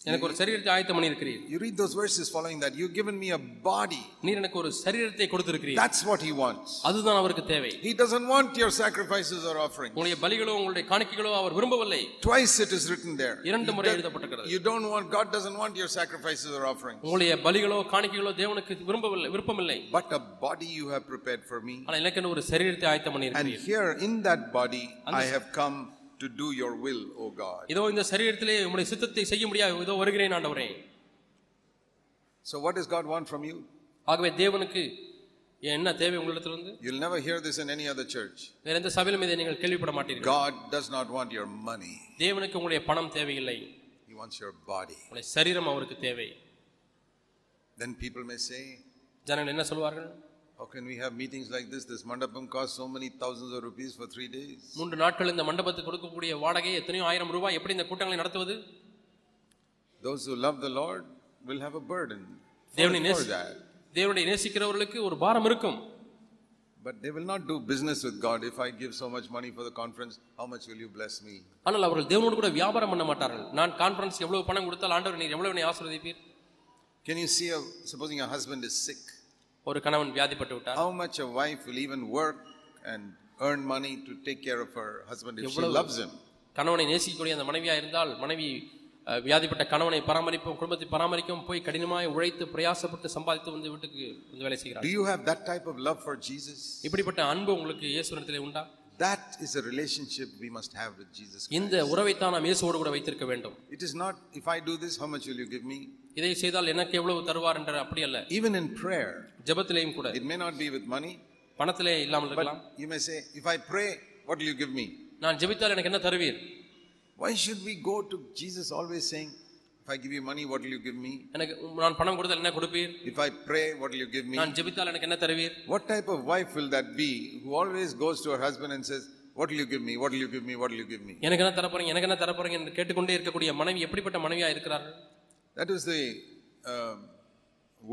Speaker 2: எனக்கு ஒரு சரீரத்தை ஆயத்தம் பண்ணியிருக்கிறீர்
Speaker 1: You read those verses following that. You've given me a body.
Speaker 2: நீர் எனக்கு ஒரு சரீரத்தை கொடுத்திருக்கிறீர்
Speaker 1: That's what he wants.
Speaker 2: அதுதான் அவருக்கு தேவை
Speaker 1: He doesn't want your sacrifices or offerings.
Speaker 2: உங்களுடைய பலிகளோ உங்களுடைய காணிக்கைகளோ அவர் விரும்பவில்லை
Speaker 1: Twice it is written there.
Speaker 2: இரண்டு முறை எழுதப்பட்டிருக்கிறது
Speaker 1: You don't want, God doesn't want your sacrifices or offerings.
Speaker 2: உங்களுடைய பலிகளோ காணிக்கைகளோ தேவனுக்கு விரும்பவில்லை விருப்பமில்லை
Speaker 1: But a body you have prepared for me.
Speaker 2: ஆனால் எனக்கென்று ஒரு சரீரத்தை ஆயத்தம்
Speaker 1: And
Speaker 2: பண்ணியிருக்கிறீர்
Speaker 1: here in that body, I have come to do your will, O God.
Speaker 2: இதோ இந்த சரீரத்திலே உங்களுடைய சித்தத்தை செய்ய முடியாது இதோ வருகிறேன் ஆண்டவரே
Speaker 1: So, what does God want from you?
Speaker 2: ஆகவே தேவனுக்கு என்ன தேவை உங்களிடத்திலிருந்து
Speaker 1: You'll never hear this in any other church.
Speaker 2: வேற எந்த சபையிலும் இதை நீங்கள் கேள்விப்பட மாட்டீர்கள்
Speaker 1: God does not want your money,
Speaker 2: தேவனுக்கு உங்களுடைய பணம் தேவையில்லை
Speaker 1: He wants your body.
Speaker 2: உங்களுடைய சரீரம் அவருக்கு தேவை
Speaker 1: Then people may say,
Speaker 2: ஜனங்கள் என்ன சொல்வார்கள்
Speaker 1: How can we have meetings like this? This mandapam costs so many thousands of rupees for three days.
Speaker 2: மூன்று நாட்கள் இந்த மண்டபத்துக்கு கொடுக்கக்கூடிய வாடகை எத்தனையோ ஆயிரம் ரூபாய் எப்படி இந்த கூட்டங்களை நடத்துவது
Speaker 1: Those who love the Lord will have a burden for,
Speaker 2: தேவனை
Speaker 1: for
Speaker 2: நேசி
Speaker 1: that.
Speaker 2: தேவனை நேசிக்கிறவர்களுக்கு ஒரு பாரம் இருக்கும்
Speaker 1: But they will not do business with God. If I give so much money for the conference, how much will you bless me?
Speaker 2: ஆனால் அவர்கள் தேவனோடு கூட வியாபாரம் பண்ண மாட்டார்கள் நான் கான்ஃபரன்ஸ் எவ்வளவு பணம் கொடுத்தால் ஆண்டவர் நீர் எவ்வளவு என்னை ஆசீர்வதிப்பீர்
Speaker 1: Can you see, a, supposing a husband is sick
Speaker 2: ஒரு கணவன் வியாதிப்பட்டு விட்டார்
Speaker 1: How much a wife will even work and earn money to take care of her husband if she loves him?
Speaker 2: கணவனை நேசிக்கக்கூடிய அந்த மனைவியா இருந்தால் மனைவி அஹ், வியாதிப்பட்ட கணவனை பராமரிப்பும் குடும்பத்தை பராமரிக்கவும் போய் கடினமாய் உழைத்து பிரயாசப்பட்டு சம்பாதித்து வந்து வீட்டுக்கு வந்து வேலை செய்கிறார்
Speaker 1: Do you have that type of love for Jesus?
Speaker 2: இப்படிப்பட்ட அன்பு உங்களுக்கு இயேசுனிடத்திலே உண்டா
Speaker 1: That is a relationship we must have with Jesus. Christ.
Speaker 2: இந்த உறவைத்தான் நாம் இயேசுவோடு கூட வைத்திருக்க வேண்டும்
Speaker 1: It is not, if I do this, how much will you give me?
Speaker 2: இதை செய்தால் எனக்கு எவ்வளவு தருவார் என்ற அப்படி அல்ல
Speaker 1: Even in prayer,
Speaker 2: ஜெபத்திலேயும் கூட
Speaker 1: it may not be with money,
Speaker 2: பணத்திலே இல்லாமல் இருக்கலாம்
Speaker 1: but you may say, if I pray, what will you give me?
Speaker 2: நான் ஜெபித்தால் எனக்கு என்ன தருவீர்
Speaker 1: Why should we go to Jesus always saying, if I give you money, what will you give me?
Speaker 2: எனக்கு நான் பணம் கொடுத்தால் என்ன கொடுப்பீர்
Speaker 1: If I pray, what will you give me?
Speaker 2: நான் ஜெபித்தால் எனக்கு என்ன தருவீர்
Speaker 1: What type of wife will that be who always goes to her husband and says, What will you give me? What will you give me? What will you give me?
Speaker 2: எனக்கு என்ன தரப்போறீங்க எனக்கு என்ன தரப்போறீங்க என்று கேட்டுக்கொண்டே இருக்கக்கூடிய மனைவி எப்படிப்பட்ட மனைவியா இருக்கிறார்கள்
Speaker 1: That was the um,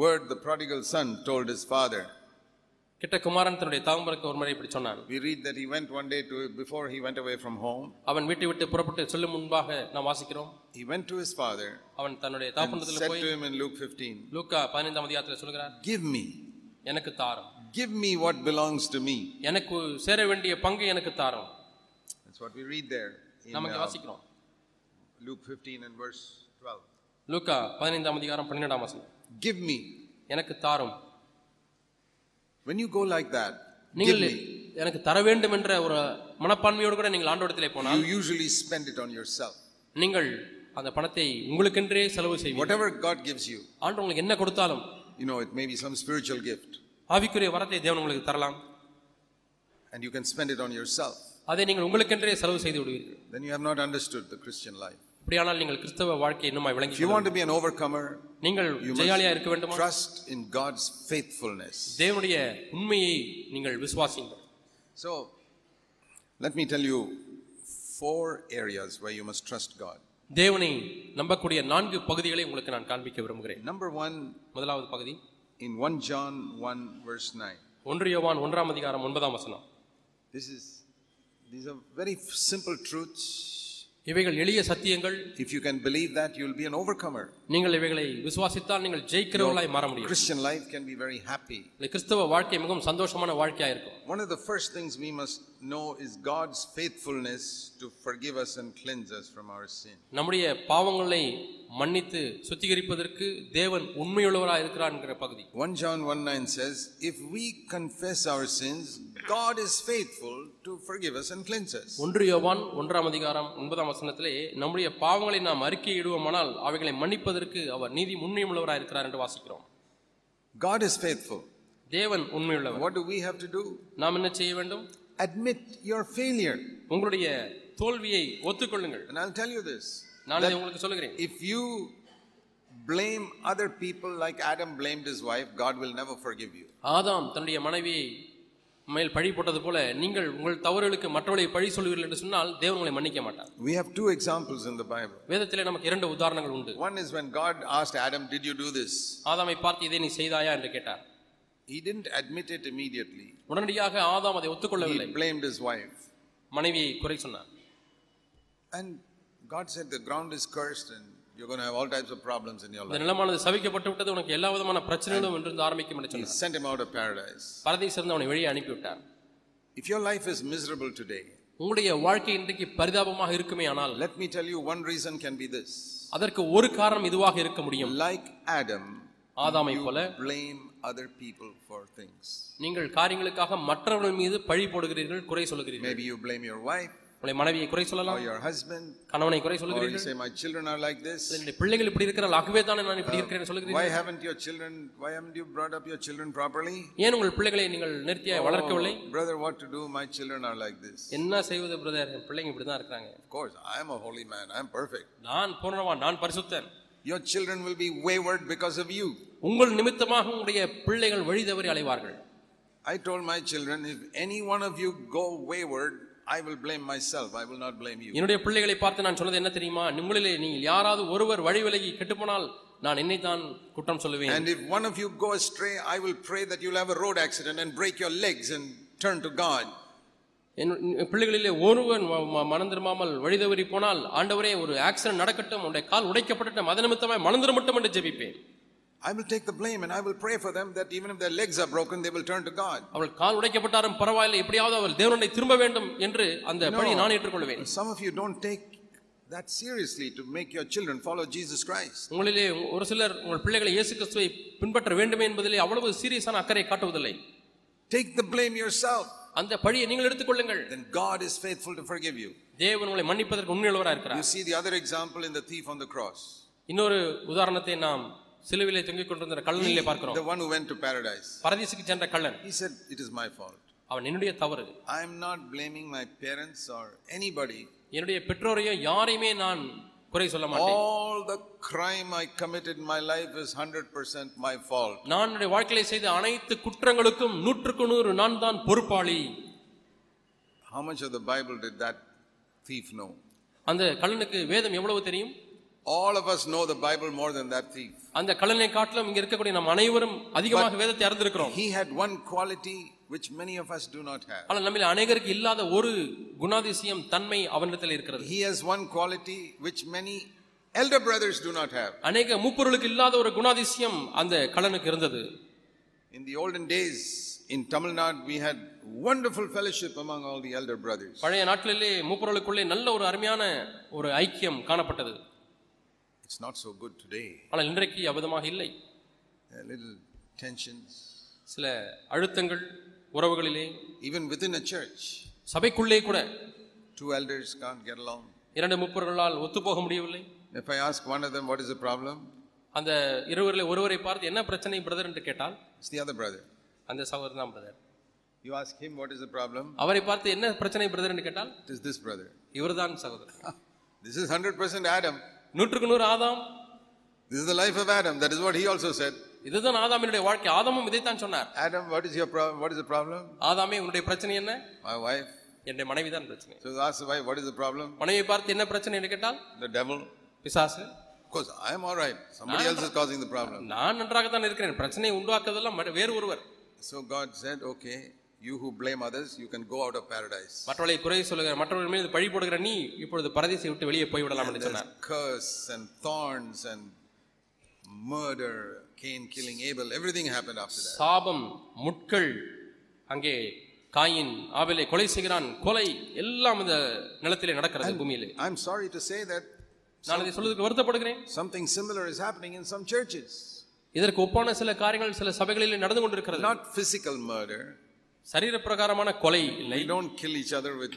Speaker 1: word the prodigal son told his father.
Speaker 2: கிட்ட குமாரன் தன்னுடைய தாம்பருக்கு ஒரு முறை இப்படி சொன்னான்
Speaker 1: We read that he went one day to, before he went away from home,
Speaker 2: அவன் வீட்டை விட்டு புறப்பட்டு செல்லும் முன்பாக நாம் வாசிக்கிறோம்
Speaker 1: he went to his father
Speaker 2: அவன் தன்னுடைய
Speaker 1: and
Speaker 2: தாப்பந்தத்தில்
Speaker 1: said
Speaker 2: போய்
Speaker 1: to him in Luke 15,
Speaker 2: லூக்கா பதினைந்தாம் அதிகாரத்தில் சொல்கிறார்
Speaker 1: Give me,
Speaker 2: எனக்கு தாரும்
Speaker 1: give me what belongs to me.
Speaker 2: எனக்கு சேர வேண்டிய பங்கு எனக்கு தாரும்
Speaker 1: That's what we read there in
Speaker 2: நாம் இங்கே
Speaker 1: uh,
Speaker 2: வாசிக்கிறோம்
Speaker 1: Luke 15 and verse 12.
Speaker 2: லூக்கா பதினைந்தாம் அதிகாரம் பன்னிரெண்டாம் வசனம்
Speaker 1: Give me.
Speaker 2: எனக்கு தாரும்
Speaker 1: When you go like that, give
Speaker 2: நீங்கள்
Speaker 1: me.
Speaker 2: எனக்கு தர வேண்டும் என்ற ஒரு மனப்பான்மையோடு கூட நீங்கள் ஆண்டோடத்திலே போனால்
Speaker 1: You usually spend it on yourself.
Speaker 2: நீங்கள் அந்த பணத்தை உங்களுக்கென்றே செலவு செய்வீர்கள்
Speaker 1: Whatever God gives you,
Speaker 2: ஆண்டு உங்களுக்கு என்ன கொடுத்தாலும்
Speaker 1: you know, it may be some spiritual gift,
Speaker 2: ஆவிக்குரிய வரத்தை தேவன் உங்களுக்கு தரலாம்
Speaker 1: and you can spend it on yourself,
Speaker 2: அதை நீங்கள் உங்களுக்கென்றே செலவு செய்து விடுவீர்கள்
Speaker 1: then you have not understood the Christian life.
Speaker 2: அப்படியானால் நீங்கள் கிறிஸ்தவ வாழ்க்கையை இன்னும்
Speaker 1: If
Speaker 2: விளங்கி
Speaker 1: you want to be an overcomer,
Speaker 2: நீங்கள்
Speaker 1: you
Speaker 2: ஜெயாலியா இருக்க
Speaker 1: must
Speaker 2: வேண்டுமா
Speaker 1: trust in God's faithfulness.
Speaker 2: தேவனுடைய உண்மையை நீங்கள் விசுவாசிங்கள்
Speaker 1: So, let me tell you four areas where you must trust God.
Speaker 2: தேவனை நம்பக்கூடிய நான்கு பகுதிகளை உங்களுக்கு நான் காண்பிக்க விரும்புகிறேன்
Speaker 1: Number one,
Speaker 2: முதலாவது பகுதி
Speaker 1: in 1 John 1, verse 9.
Speaker 2: ஒன்று யோவான் ஒன்றாம் அதிகாரம் ஒன்பதாம் வசனம்
Speaker 1: This is, these are very f- simple truths.
Speaker 2: இவைகள் எளிய சத்தியங்கள்
Speaker 1: If you can believe that, you'll be an overcomer.
Speaker 2: நீங்கள் இவைகளை விசுவாசித்தால் நீங்கள் ஜெயிக்கிறவர்களாய் மாற முடியும்
Speaker 1: Christian life can be very happy.
Speaker 2: இந்த கிறிஸ்தவ வாழ்க்கை மிகவும் சந்தோஷமான வாழ்க்கையா இருக்கும்
Speaker 1: One of the first things we must know is God's faithfulness to forgive us and cleanse us from our sin.
Speaker 2: நம்முடைய பாவங்களை மன்னித்து சுத்திகரிப்பதற்கு தேவன் உண்மையுள்ளவராக இருக்கிறான்ங்கிற பகுதி
Speaker 1: 1 John 1 9 says, If we confess our sins, God is faithful to forgive us and cleanse us.
Speaker 2: ஒன்று யோவான் ஒன்றாம் அதிகாரம் ஒன்பதாம் வசனத்திலே நம்முடைய பாவங்களை நாம் அறிக்கையிடுவோமானால் அவைகளை மன்னிப்பதற்கு அவர் நீதி உண்மையுள்ளவராக இருக்கிறார் என்று வாசிக்கிறோம்
Speaker 1: God is faithful.
Speaker 2: தேவன் உண்மையுள்ளவர்
Speaker 1: What do we have to do?
Speaker 2: நாம் என்ன செய்ய வேண்டும்
Speaker 1: Admit your failure.
Speaker 2: உங்களுடைய தோல்வியை ஒத்துக்கொள்ளுங்கள்
Speaker 1: And I'll tell you this
Speaker 2: நான் இதை உங்களுக்கு சொல்லுகிறேன்
Speaker 1: if you blame other people like Adam blamed his wife, God will never forgive you.
Speaker 2: ஆதாம் தன்னுடைய மனைவியை மேல் பழி போட்டது போல நீங்கள் உங்கள் தவறுகளுக்கு மற்றவர்களை பழி சொல்வீர்கள் என்று சொன்னால் தேவன் உங்களை மன்னிக்க மாட்டார்
Speaker 1: We have two examples in the Bible.
Speaker 2: வேதத்திலே நமக்கு இரண்டு உதாரணங்கள் உண்டு
Speaker 1: One is when God asked Adam, Did you do this?
Speaker 2: ஆதாமை பார்த்து இதை நீ செய்தாயா என்று கேட்டார்
Speaker 1: He didn't admit it immediately.
Speaker 2: உடனடியாக ஆதாம் அதை ஒத்துக்கொள்ளவில்லை
Speaker 1: He blamed his wife.
Speaker 2: மனைவியை குறை சொன்னார்
Speaker 1: And God said, The ground is cursed and you're going to have all types of problems in your
Speaker 2: இந்த
Speaker 1: life.
Speaker 2: நிலமானது சபிக்கப்பட்டு விட்டது உனக்கு எல்லா விதமான பிரச்சனைகளும் இன்றிருந்து ஆரம்பிக்கும் என்று
Speaker 1: He
Speaker 2: சொன்னார்
Speaker 1: sent him out of paradise.
Speaker 2: பரதேசம் இருந்து அவனை வெளியே அனுப்பிவிட்டார்
Speaker 1: If your life is miserable today,
Speaker 2: உங்களுடைய வாழ்க்கை இன்றைக்கு பரிதாபமாக இருக்குமே ஆனால்
Speaker 1: let me tell you one reason can be this.
Speaker 2: அதற்கு ஒரு காரணம் இதுவாக இருக்க முடியும்
Speaker 1: Like Adam,
Speaker 2: ஆதாமை போல
Speaker 1: blame other people for things.
Speaker 2: நீங்கள் காரியங்களுக்காக மற்றவர்கள் மீது பழி போடுகிறீர்கள் குறை சொல்லுகிறீர்கள்
Speaker 1: Maybe you blame your wife
Speaker 2: உங்களை மனைவியை குறை
Speaker 1: or
Speaker 2: சொல்லலாம்
Speaker 1: your husband,
Speaker 2: கணவனை குறை
Speaker 1: or you
Speaker 2: சொல்லுகிறீர்கள்
Speaker 1: say, My children are like this.
Speaker 2: என்னுடைய பிள்ளைகள் இப்படி இருக்கிறார்கள் ஆகவே தானே நான் இப்படி இருக்கிறேன்
Speaker 1: Why
Speaker 2: சொல்லுகிறீர்கள்
Speaker 1: haven't your children, why haven't you brought up your children properly?
Speaker 2: ஏன் உங்கள் பிள்ளைகளை நீங்கள் நிறுத்திய வளர்க்கவில்லை
Speaker 1: Oh, brother, what to do? My children are like this.
Speaker 2: என்ன செய்வது பிரதர் பிள்ளைங்க இப்படி தான் இருக்கிறாங்க
Speaker 1: Of course, I am a holy man. I am perfect.
Speaker 2: நான் பூர்ணவான் நான் பரிசுத்தன்
Speaker 1: Your children will be wayward because of you.
Speaker 2: உங்கள் நிமித்தமாக உங்களுடைய பிள்ளைகள் வழி தவறி அலைவார்கள்
Speaker 1: I told my children, if any one of you go wayward, I will blame myself. I will not blame you.
Speaker 2: என்னுடைய பிள்ளைகளை பார்த்து நான் சொன்னது என்ன தெரியுமா உங்களிலே நீங்கள் யாராவது ஒருவர் வழி விலகி கெட்டுப்போனால் நான் என்னைத்தான் குற்றம் சொல்லுவேன்
Speaker 1: And if one of you go astray, I will pray that you'll have a road accident and break your legs and turn to God.
Speaker 2: என் பிள்ளைகளிலே ஒருவன் ம- ம- மனம் திரும்பாமல் வழி தவறி போனால் ஆண்டவரே ஒரு ஆக்சிடென்ட் நடக்கட்டும் உடைய கால் உடைக்கப்படட்டும் அது நிமித்தமாய் மனம் திரும்பட்டும் என்று ஜெபிப்பேன்
Speaker 1: I will take the blame and I will pray for them that even if their legs are broken, they will turn to God.
Speaker 2: அவள் கால் உடைக்கப்பட்டாலும் பரவாயில்லை எப்படியாவது அவள் தேவனுடைய திரும்ப வேண்டும் என்று அந்த பணியை நான் ஏற்றுக்கொள்வேன்
Speaker 1: Some of you don't take that seriously to make your children follow Jesus Christ.
Speaker 2: உங்களிலே ஒரு சிலர் உங்கள் பிள்ளைகளை இயேசு கிறிஸ்துவை பின்பற்ற வேண்டுமே என்பதிலே அவ்வளவு சீரியஸான அக்கறை காட்டுவதில்லை
Speaker 1: Take the blame yourself.
Speaker 2: அந்த பழியை நீங்கள் எடுத்துக்கொள்ளுங்கள்
Speaker 1: Then God is faithful to forgive you.
Speaker 2: தேவன் உங்களை மன்னிப்பதற்கு உண்மையுள்ளவராக
Speaker 1: You
Speaker 2: இருக்கிறார்
Speaker 1: see the other example in the thief on the cross,
Speaker 2: இன்னொரு உதாரணத்தை நாம் சிலுவிலே தொங்கிக் கொண்டிருந்த கல்லனிலே பார்க்கிறோம்
Speaker 1: the one who went to paradise.
Speaker 2: பரதீசுக்கு சென்ற கள்ளன்
Speaker 1: He said, It is my fault.
Speaker 2: அவன் என்னுடைய தவறு
Speaker 1: I am not blaming my parents or anybody.
Speaker 2: என்னுடைய பெற்றோரையோ யாரையுமே நான் குறை சொல்ல மாட்டேன்
Speaker 1: All the crime I committed in my life is 100% my fault.
Speaker 2: நான் என்னுடைய வாழ்க்கையில செய்த அனைத்து குற்றங்களுக்கும் நூற்றுக்கு நூறு நான் தான் பொறுப்பாளி
Speaker 1: How much of the Bible did that thief know?
Speaker 2: அந்த கள்ளனுக்கு வேதம் எவ்வளவு தெரியும்
Speaker 1: All of us know the Bible more than that thief.
Speaker 2: அந்த கல்லனை காட்டிலும் இங்க இருக்கக்கூடிய நம் அனைவரும் அதிகமாக வேதத்தை அறிந்திருக்கிறோம்
Speaker 1: He had one quality which many of us do not have.
Speaker 2: ஆனால் நம்மில் அநேகருக்கு இல்லாத ஒரு குணாதிசயம் தன்மை அவனிடத்தில் இருக்கிறது
Speaker 1: He has one quality which many elder brothers do not have.
Speaker 2: அநேக மூப்பொருளுக்கு இல்லாத ஒரு குணாதிசயம் அந்த கலனுக்கு இருந்தது
Speaker 1: In the olden days in Tamil Nadu, we had wonderful fellowship among all the elder brothers.
Speaker 2: பழைய நாட்களிலே மூப்பொருளுக்குள்ளே நல்ல ஒரு அருமையான ஒரு ஐக்கியம் காணப்பட்டது
Speaker 1: It's not so good today.
Speaker 2: ஆனால் இன்றைக்கு அபதமாக இல்லை
Speaker 1: There are little tensions,
Speaker 2: சில அழுத்தங்கள் உறவுகளிலே
Speaker 1: even within a church.
Speaker 2: சபைக்குள்ளே கூட
Speaker 1: Two elders can't get along.
Speaker 2: இரண்டு மூப்பர்களால் ஒத்துப்போக முடியவில்லை
Speaker 1: If I ask one of them, what is the problem?
Speaker 2: அந்த இருவரில் ஒருவரை பார்த்து என்ன பிரச்சனை பிரதர் என்று கேட்டால்
Speaker 1: It's the other brother.
Speaker 2: அந்த சகோதரர் தான் brother
Speaker 1: You ask him, what is the problem?
Speaker 2: அவரை பார்த்து என்ன பிரச்சனை பிரதர் என்று கேட்டால்
Speaker 1: It is this brother.
Speaker 2: இவர்தான் சகோதரர்
Speaker 1: Ah, This is 100% Adam.
Speaker 2: நூற்றுக்கு நூறு ஆதாம்
Speaker 1: This is the life of Adam. That is what he also said.
Speaker 2: இதுதான் ஆதாமினுடைய வாழ்க்கை ஆதாமும் இதைத்தான் சொன்னார்
Speaker 1: Adam, what is your problem? What is the problem?
Speaker 2: ஆதாமே உன்னுடைய பிரச்சனை என்ன
Speaker 1: My wife.
Speaker 2: என்னுடைய மனைவிதான் பிரச்சனை
Speaker 1: So he asked the wife, what is the problem?
Speaker 2: மனைவியை பார்த்து என்ன பிரச்சனை என்று கேட்டால்
Speaker 1: The devil.
Speaker 2: பிசாசு
Speaker 1: Of course, I am all right. Somebody else is causing the problem.
Speaker 2: நான் நன்றாக தான் இருக்கிறேன் பிரச்சனையை உண்டாக்குவதெல்லாம் மற்ற- வேறு ஒருவர்
Speaker 1: So God said, okay, you who blame others, you can go out of paradise.
Speaker 2: மற்றவர்களை குறை சொல்லுகிற மற்றவர்கள் மீது பழி போடுகிற நீ இப்பொழுது பரதேசை விட்டு வெளியே போய்விடலாம் என்று
Speaker 1: There's
Speaker 2: சொன்னார்
Speaker 1: curse and thorns and murder, Cain killing Abel. Everything happened after that.
Speaker 2: சாபம் முட்கள் அங்கே காயின் ஆவிலை கொலை செய்கிறான் கொலை எல்லாம் இந்த நிலத்திலே நடக்கிறது பூமியிலே
Speaker 1: I'm sorry to say that
Speaker 2: நான் இதை சொல்வதற்கு வருத்தப்படுகிறேன்
Speaker 1: something similar is happening in some churches.
Speaker 2: இதற்கு ஒப்பான சில காரியங்கள் சில சபைகளிலே நடந்து கொண்டிருக்கிறது
Speaker 1: Not physical murder.
Speaker 2: சரீர பிரகாரமான கொலை இல்லை
Speaker 1: We don't kill each other with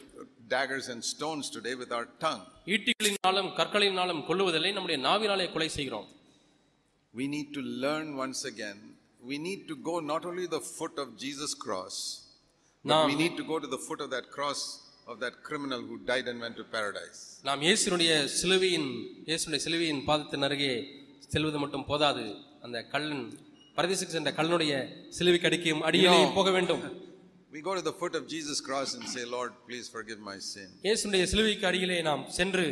Speaker 1: daggers and stones today with our tongue.
Speaker 2: ஈட்டிகளினாலும் கற்களினாலும் கொள்ளுவதில்லை நம்முடைய நாவினாலே கொலை செய்கிறோம்
Speaker 1: We need to learn once again. We need to go not only the foot of Jesus' cross, but we need to go to the foot of that cross of that criminal who died and went to paradise.
Speaker 2: நாம் இயேசுனுடைய சிலுவையின் இயேசுனுடைய சிலுவையின் பாதத்தின் அருகே செல்வது மட்டும் போதாது அந்த கள்ளன் பரதேசுக்கு சென்ற கல்லனுடைய சிலுவைக்கு அடிக்கையும் அடியிலேயும் போக வேண்டும்
Speaker 1: We go to the foot of Jesus' cross and say, Lord, please forgive my sin.
Speaker 2: இயேசுனுடைய சிலுவைக்கு அடியிலே நாம் சென்று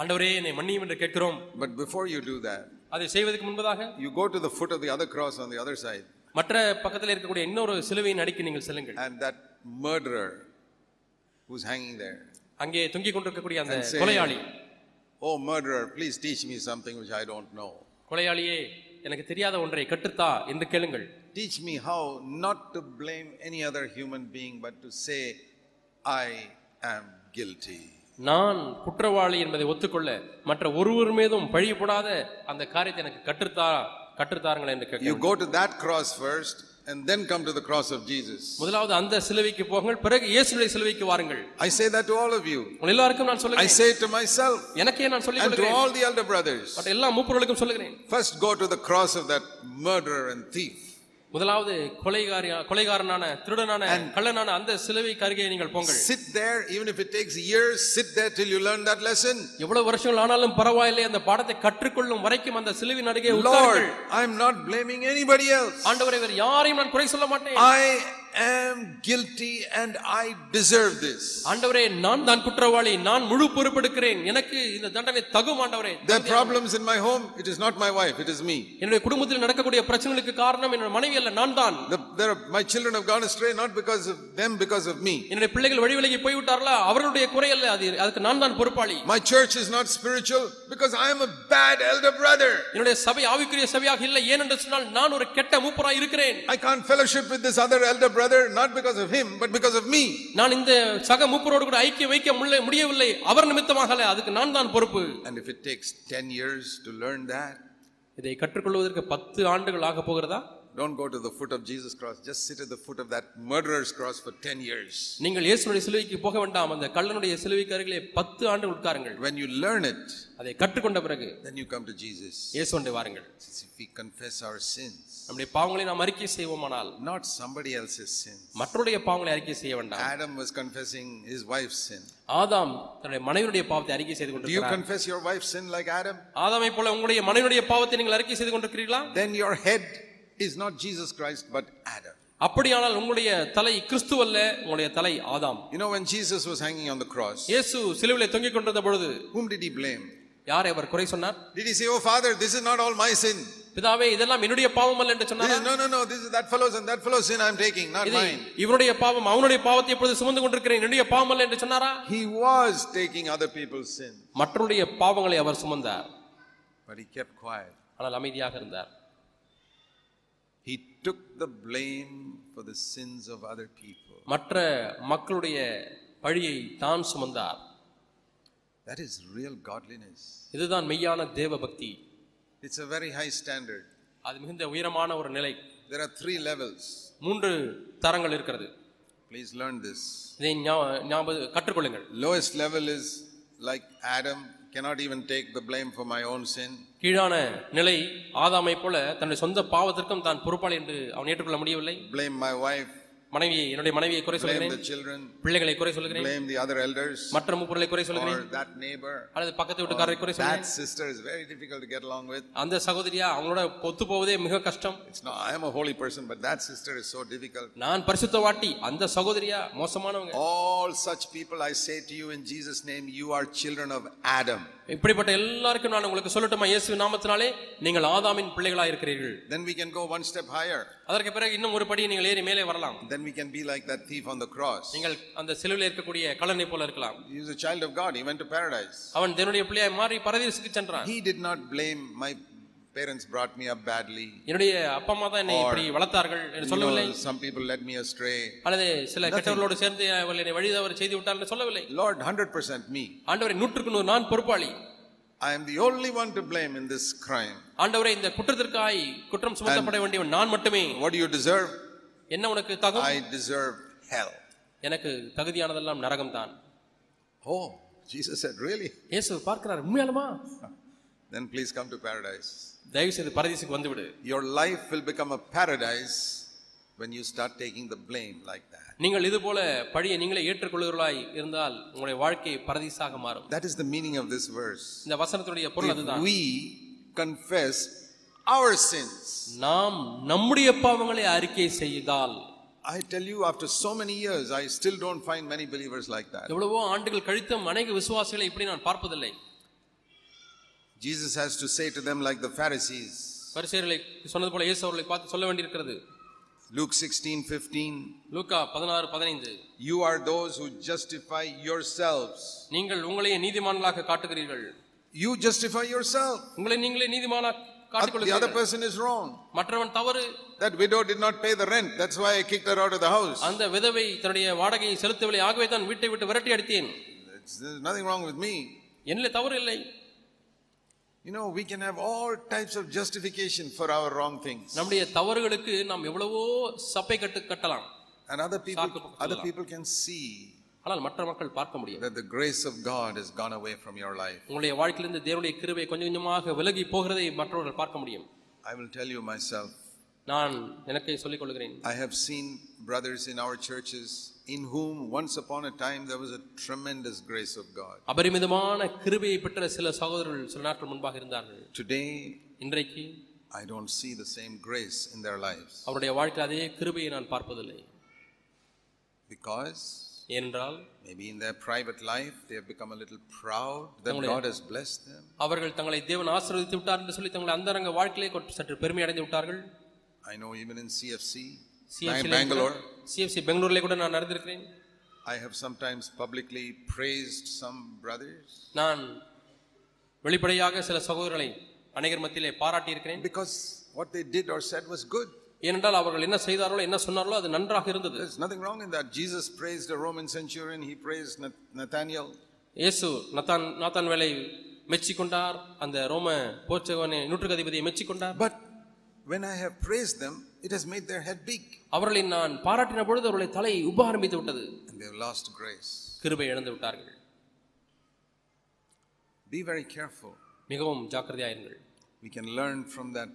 Speaker 2: ஆண்டவரே என்னை மன்னியும் என்று கேட்கிறோம்
Speaker 1: But before you do that,
Speaker 2: அதை செய்வதற்கு முன்பதாக
Speaker 1: you go to the foot of the other cross on the other side,
Speaker 2: மற்ற பக்கத்தில் இருக்கக்கூடிய இன்னொரு சிலுவையின் அடிக்கு நீங்கள் செல்லுங்கள்
Speaker 1: and that murderer who's hanging there.
Speaker 2: அங்கே தொங்கிக் கொண்டிருக்கக்கூடிய அந்த
Speaker 1: And say-
Speaker 2: கொலையாளி
Speaker 1: Oh, murderer, please teach me something which I don't know.
Speaker 2: கொலையாளியே எனக்கு தெரியாத ஒன்றை கற்றுத்தா என்று கேளுங்கள்
Speaker 1: Teach me how not to blame any other human being, but to say, I am guilty.
Speaker 2: நான் குற்றவாளி என்பதை ஒத்துக்கொள்ள மற்ற ஒருவர் மீதும் பழி போடாத அந்த காரியத்தை எனக்கு கற்றுத்தா கற்றுத்தாருங்கள் என்று
Speaker 1: You
Speaker 2: கேட்கிறேன்
Speaker 1: go to that cross first and then come to the cross of Jesus.
Speaker 2: முதலாவது அந்த சிலுவைக்கு போங்கள் பிறகு இயேசுடைய சிலுவைக்கு வாருங்கள்
Speaker 1: I say that to all of you.
Speaker 2: உங்கள் எல்லாருக்கும் நான்
Speaker 1: I
Speaker 2: சொல்லுகிறேன்
Speaker 1: say it to myself
Speaker 2: எனக்கே நான் சொல்லிக்
Speaker 1: and to
Speaker 2: கொள்கிறேன்
Speaker 1: all the elder brothers.
Speaker 2: மற்ற எல்லா மூப்பர்களுக்கும் சொல்லுகிறேன்
Speaker 1: First, go to the cross of that murderer and thief.
Speaker 2: முதலாவது கொலைகாரியா கொலைகாரனான திருடனான கள்ளனான அந்த சிலுவை கருகே நீங்கள் போங்கள்
Speaker 1: Sit there, even if it takes years, sit there till you learn that lesson.
Speaker 2: எவ்வளவு வருஷங்கள் ஆனாலும் பரவாயில்லை அந்த பாடத்தை கற்றுக்கொள்ளும் வரைக்கும் அந்த சிலுவின் அருகே
Speaker 1: Lord,
Speaker 2: உட்காருங்கள்
Speaker 1: I'm not blaming anybody else.
Speaker 2: ஆண்டவரை வேறு யாரையும் நான் குறை சொல்ல மாட்டேன்
Speaker 1: I am guilty and I deserve this.
Speaker 2: ஆண்டவரே நான் தான் குற்றவாளி நான் முழு பொறுப்பெடுக்கிறேன் எனக்கு இந்த தண்டனை தகும் ஆண்டவரே
Speaker 1: There are problems in my home, it is not my wife, it is me.
Speaker 2: என்னுடைய குடும்பத்தில் நடக்கக்கூடிய பிரச்சனைகளுக்கு காரணம் என்னோட மனைவி அல்ல நான் தான்
Speaker 1: The- There are, my children have gone astray not because of them, because of me.
Speaker 2: என்னுடைய பிள்ளைகள் வழி விலகி போய்விட்டார்களா அவர்களுடைய குறை அல்ல அது அதுக்கு நான் தான் பொறுப்பாளி
Speaker 1: My church is not spiritual because I am a bad elder brother.
Speaker 2: என்னுடைய சபை ஆவிக்குரிய சபையாக இல்லை ஏனென்று சொன்னால் நான் ஒரு கெட்ட மூப்பராய் இருக்கிறேன்
Speaker 1: I can't fellowship with this other elder brother not because of him, but because of me.
Speaker 2: நான் இந்த சக மூப்பரோடு கூட ஐக்கியம் வைக்க முல்ல- முடியவில்லை அவர் நிமித்தமாக அல்ல அதுக்கு நான் தான் பொறுப்பு
Speaker 1: And if it takes 10 years to learn that,
Speaker 2: இதை கற்றுக்கொள்வதற்கு பத்து ஆண்டுகள் ஆக போகிறதா
Speaker 1: don't go to the foot of Jesus' cross. Just sit at the foot of that murderer's cross for 10 years.
Speaker 2: நீங்கள் இயேசுனுடைய சிலுவைக்கு போக வேண்டாம் அந்த கள்ளனுடைய சிலுவைக்கு அருகிலே பத்து ஆண்டு உட்காருங்கள்
Speaker 1: When you learn it,
Speaker 2: அதை கற்றுக்கொண்ட பிறகு
Speaker 1: then you come to Jesus.
Speaker 2: இயேசுண்டை வாருங்கள்
Speaker 1: Says, If we confess our sins,
Speaker 2: நம்முடைய பாவங்களை நாம் அறிக்கை செய்வோமானால்
Speaker 1: not somebody else's sins.
Speaker 2: மற்றவருடைய பாவங்களை அறிக்கை செய்ய வேண்டாம்
Speaker 1: Adam was confessing his wife's sin.
Speaker 2: ஆதாம் தன்னுடைய மனைவியுடைய பாவத்தை அறிக்கை செய்து
Speaker 1: Do you
Speaker 2: கொண்டிருக்கிறார்
Speaker 1: confess your wife's sin like Adam?
Speaker 2: ஆதாமை போல உங்களுடைய மனைவியுடைய பாவத்தை நீங்கள் அறிக்கை செய்து கொண்டிருக்கிறீர்களா
Speaker 1: Then your head is not Jesus Christ, but Adam.
Speaker 2: அப்படியானால் உங்களுடைய தலை கிறிஸ்துவல்ல உங்களுடைய தலை ஆதாம்
Speaker 1: You know, when Jesus was hanging on the cross,
Speaker 2: இயேசு சிலுவிலே தொங்கிக் கொண்டிருந்த பொழுது
Speaker 1: whom did he blame?
Speaker 2: யாரை அவர் குறை சொன்னார்
Speaker 1: Did he say, Oh, Father, this is not all my sin?
Speaker 2: பிதாவே இதெல்லாம் என்னுடைய பாவம் அல்ல என்று
Speaker 1: This is,
Speaker 2: சொன்னார்
Speaker 1: no, no, no, this is that fellow's and that fellow's sin I'm taking, not
Speaker 2: இதை
Speaker 1: mine.
Speaker 2: இவருடைய பாவம் அவனுடைய பாவத்தை இப்பொழுது சுமந்து கொண்டிருக்கிறேன் என்னுடைய பாவம் அல்ல என்று சொன்னாரா
Speaker 1: He was taking other people's sin,
Speaker 2: மற்றவருடைய பாவங்களை அவர் சுமந்தார்
Speaker 1: but he kept quiet.
Speaker 2: ஆனால் அமைதியாக இருந்தார்
Speaker 1: He took the blame for the sins of other people.
Speaker 2: மற்ற மக்களுடைய பழியை தான் சுமந்தார்
Speaker 1: That is real godliness.
Speaker 2: இதுதான் மெய்யான தேவ பக்தி
Speaker 1: It's a very high standard.
Speaker 2: அது மிகுந்த உயரமான ஒரு நிலை
Speaker 1: There are three levels.
Speaker 2: மூன்று தரங்கள் இருக்கிறது
Speaker 1: Please learn this.
Speaker 2: இதை ஞா- ஞாபகம் கற்றுக்கொள்ளுங்கள்
Speaker 1: Lowest level is like Adam, cannot even take the blame for my own sin.
Speaker 2: கீழான நிலை ஆதாமை போல தன்னுடைய சொந்த பாவத்திற்கும் தான் பொறுப்பாளி என்று அவன் ஏற்றுக்கொள்ள முடியவில்லை
Speaker 1: Blame my wife,
Speaker 2: மனைவியை என்னுடைய மனைவியை குறை
Speaker 1: blame
Speaker 2: சொல்கிறேன்
Speaker 1: the children,
Speaker 2: பிள்ளைகளை குறை சொல்கிறேன்
Speaker 1: blame the other elders,
Speaker 2: மற்ற மூப்பொருளை குறை சொல்கிறேன்
Speaker 1: or that neighbor.
Speaker 2: அல்லது பக்கத்து வீட்டுக்காரரை குறை
Speaker 1: That
Speaker 2: சொல்கிறேன்
Speaker 1: sister is very difficult to get along with.
Speaker 2: அந்த சகோதரியா அவங்களோட ஒத்து போவதே மிக கஷ்டம்
Speaker 1: It's not, I am a holy person, but that sister is so difficult.
Speaker 2: நான் பரிசுத்தவாட்டி அந்த சகோதரியா மோசமானவங்க
Speaker 1: All such people, I say to you in Jesus' name, you are children of Adam.
Speaker 2: இப்படிப்பட்ட எல்லாருக்கும் நான் உங்களுக்கு சொல்லட்டுமா இயேசு நாமத்தினாலே நீங்கள் ஆதாமின் பிள்ளைகளா இருக்கிறீர்கள்
Speaker 1: Then we can go one step higher.
Speaker 2: அதற்கு பிறகு இன்னும் ஒரு படி நீங்கள் ஏறி மேலே வரலாம்
Speaker 1: Then we can be like that thief on the cross.
Speaker 2: நீங்கள் அந்த சிலுவையில் இருக்கக்கூடிய கலனை போல இருக்கலாம்
Speaker 1: He was a child of God, he went to paradise.
Speaker 2: அவன் தன்னுடைய பிள்ளையாய் மாறி பரதேசுக்கு சென்றான்
Speaker 1: He did not blame my parents brought me up badly.
Speaker 2: என்னுடைய அப்பா அம்மா தான் என்னை இப்படி வளர்த்தார்கள் என்று
Speaker 1: You
Speaker 2: சொல்லவில்லை
Speaker 1: know, some people led me astray.
Speaker 2: அல்லது சில கெட்டவர்களோடு சேர்ந்து அவர்கள் என்னை வழி தவறு செய்து விட்டார் என்று சொல்லவில்லை
Speaker 1: Lord, 100% me.
Speaker 2: ஆண்டவரை நூற்றுக்கு நூறு நான் பொறுப்பாளி
Speaker 1: I am the only one to blame in this crime.
Speaker 2: ஆண்டவரை இந்த குற்றத்திற்காய் குற்றம் சுமத்தப்பட வேண்டியவன் நான் மட்டுமே
Speaker 1: What do you deserve?
Speaker 2: என்ன உனக்கு தகும்
Speaker 1: I deserve hell.
Speaker 2: எனக்கு தகுதியானதெல்லாம் நரகம் தான்
Speaker 1: Oh, Jesus said, Really?
Speaker 2: இயேசு பார்க்கிறார் உண்மையாலுமா
Speaker 1: Then please come to paradise.
Speaker 2: தயவு செய்து பரதேசுக்கு வந்துவிடு
Speaker 1: Your life will become a paradise when you start taking the blame like that.
Speaker 2: நீங்கள் இது போல பழியை நீங்களே ஏற்றுக்கொள்கிறவர்களாய் இருந்தால் உங்களுடைய வாழ்க்கை பரதீசாக மாறும்
Speaker 1: That is the meaning of this verse.
Speaker 2: இந்த வசனத்தினுடைய பொருள் அதுதான்
Speaker 1: We confess our sins.
Speaker 2: நாம் நம்முடைய பாவங்களை அறிக்கை செய்தால்
Speaker 1: I tell you, after so many years, I still don't find many believers like that.
Speaker 2: எவ்வளவோ ஆண்டுகள் கழித்தும் அநேக விசுவாசிகளை இப்படி நான் பார்ப்பதில்லை
Speaker 1: Jesus has to say to them, like the Pharisees,
Speaker 2: பரிசேயர்களை சொன்னது போல இயேசு அவர்களை பார்த்து சொல்ல வேண்டியிருக்கிறது
Speaker 1: Luke 16 15,
Speaker 2: லூக்கா பதினாறு பதினைந்து
Speaker 1: you are those who justify yourselves.
Speaker 2: நீங்கள் உங்களையே நீதிமான்களாக காட்டுகிறீர்கள்
Speaker 1: You justify yourself.
Speaker 2: உங்களை நீங்களே நீதிமானா
Speaker 1: The other
Speaker 2: காட்டிக்கொள்ளுங்கள்
Speaker 1: person is wrong.
Speaker 2: மற்றவன் தவறு
Speaker 1: That widow did not pay the rent. That's why I kicked her out of the house.
Speaker 2: அந்த விதவை தன்னுடைய வாடகையை செலுத்தவில்லை ஆகவே தான் வீட்டை விட்டு விரட்டி அடித்தேன்
Speaker 1: It's- there's nothing wrong with me.
Speaker 2: என்னிலே தவறு இல்லை
Speaker 1: You know, we can have all types of justification for our wrong things.
Speaker 2: நம்முடைய தவறுகளுக்கு நாம் எவ்வளவோ சப்பை கட்டு கட்டலாம்
Speaker 1: And other
Speaker 2: Saakku
Speaker 1: people,
Speaker 2: pakkathula.
Speaker 1: other people can see
Speaker 2: ஆனால் மற்ற மக்கள் பார்க்க முடியும்
Speaker 1: that the grace of God has gone away from your life.
Speaker 2: உங்களுடைய வாழ்க்கையிலிருந்து தேவனுடைய கிருபை கொஞ்சம் கொஞ்சமாக விலகி போகிறதை மற்றவர்கள் பார்க்க முடியும்
Speaker 1: I will tell you myself,
Speaker 2: நான் எனக்கு சொல்லிக் கொள்கிறேன்
Speaker 1: I have seen brothers in our churches in whom once upon a time there was a tremendous grace of God.
Speaker 2: அபரிமிதமான கிருபையை பெற்ற சில சகோதரர்கள் சில நாட்கள் முன்பாக இருந்தார்கள்
Speaker 1: Today,
Speaker 2: இன்றைக்கு
Speaker 1: I don't see the same grace in their lives.
Speaker 2: அவருடைய வாழ்க்கையில் அதே கிருபையை நான் பார்ப்பதில்லை
Speaker 1: because
Speaker 2: ஏனென்றால்
Speaker 1: maybe in their private life they have become a little proud that
Speaker 2: தங்களுடைய-
Speaker 1: God has blessed them.
Speaker 2: அவர்கள் தங்களை தேவன் ஆசீர்வதித்து விட்டார் என்று சொல்லி தங்களை அந்தரங்க வாழ்க்கையிலே கொ- சற்று பெருமை அடைந்து விட்டார்கள்
Speaker 1: I know even in CFC,
Speaker 2: CFC
Speaker 1: Bang-
Speaker 2: ல
Speaker 1: Bangalore,
Speaker 2: சிஎஃப்சி பெங்களூர்ல கூட நான் நடந்திருக்கிறேன்
Speaker 1: I have sometimes publicly praised some brothers
Speaker 2: நான் வெளிப்படையாக சில சகோதரர்களை அநேகர் மத்தியிலே பாராட்டி இருக்கிறேன்
Speaker 1: because what they did or said was good.
Speaker 2: ஏனென்றால் அவர்கள் என்ன செய்தார்களோ என்ன சொன்னார்களோ அது நன்றாக இருந்தது
Speaker 1: There's nothing wrong in that. Jesus praised a Roman centurion, he praised Nath- Nathaniel.
Speaker 2: இயேசு நத்தான் நாத்தான் வேலை மெச்சிக்கொண்டார் அந்த ரோம போர்ச்சகவனை நூற்றுக்கு அதிபதியை மெச்சிக்கொண்டார்
Speaker 1: But when I have praised them, it has made their head big
Speaker 2: அவர்களை நான் பாராட்டின பொழுது அவர்களை தலை உபாரம்பித்து விட்டது
Speaker 1: and they've lost grace.
Speaker 2: கிருபை இழந்து விட்டார்கள்
Speaker 1: Be very careful.
Speaker 2: மிகவும் ஜாக்கிரதையாயிருங்கள்
Speaker 1: We can learn from that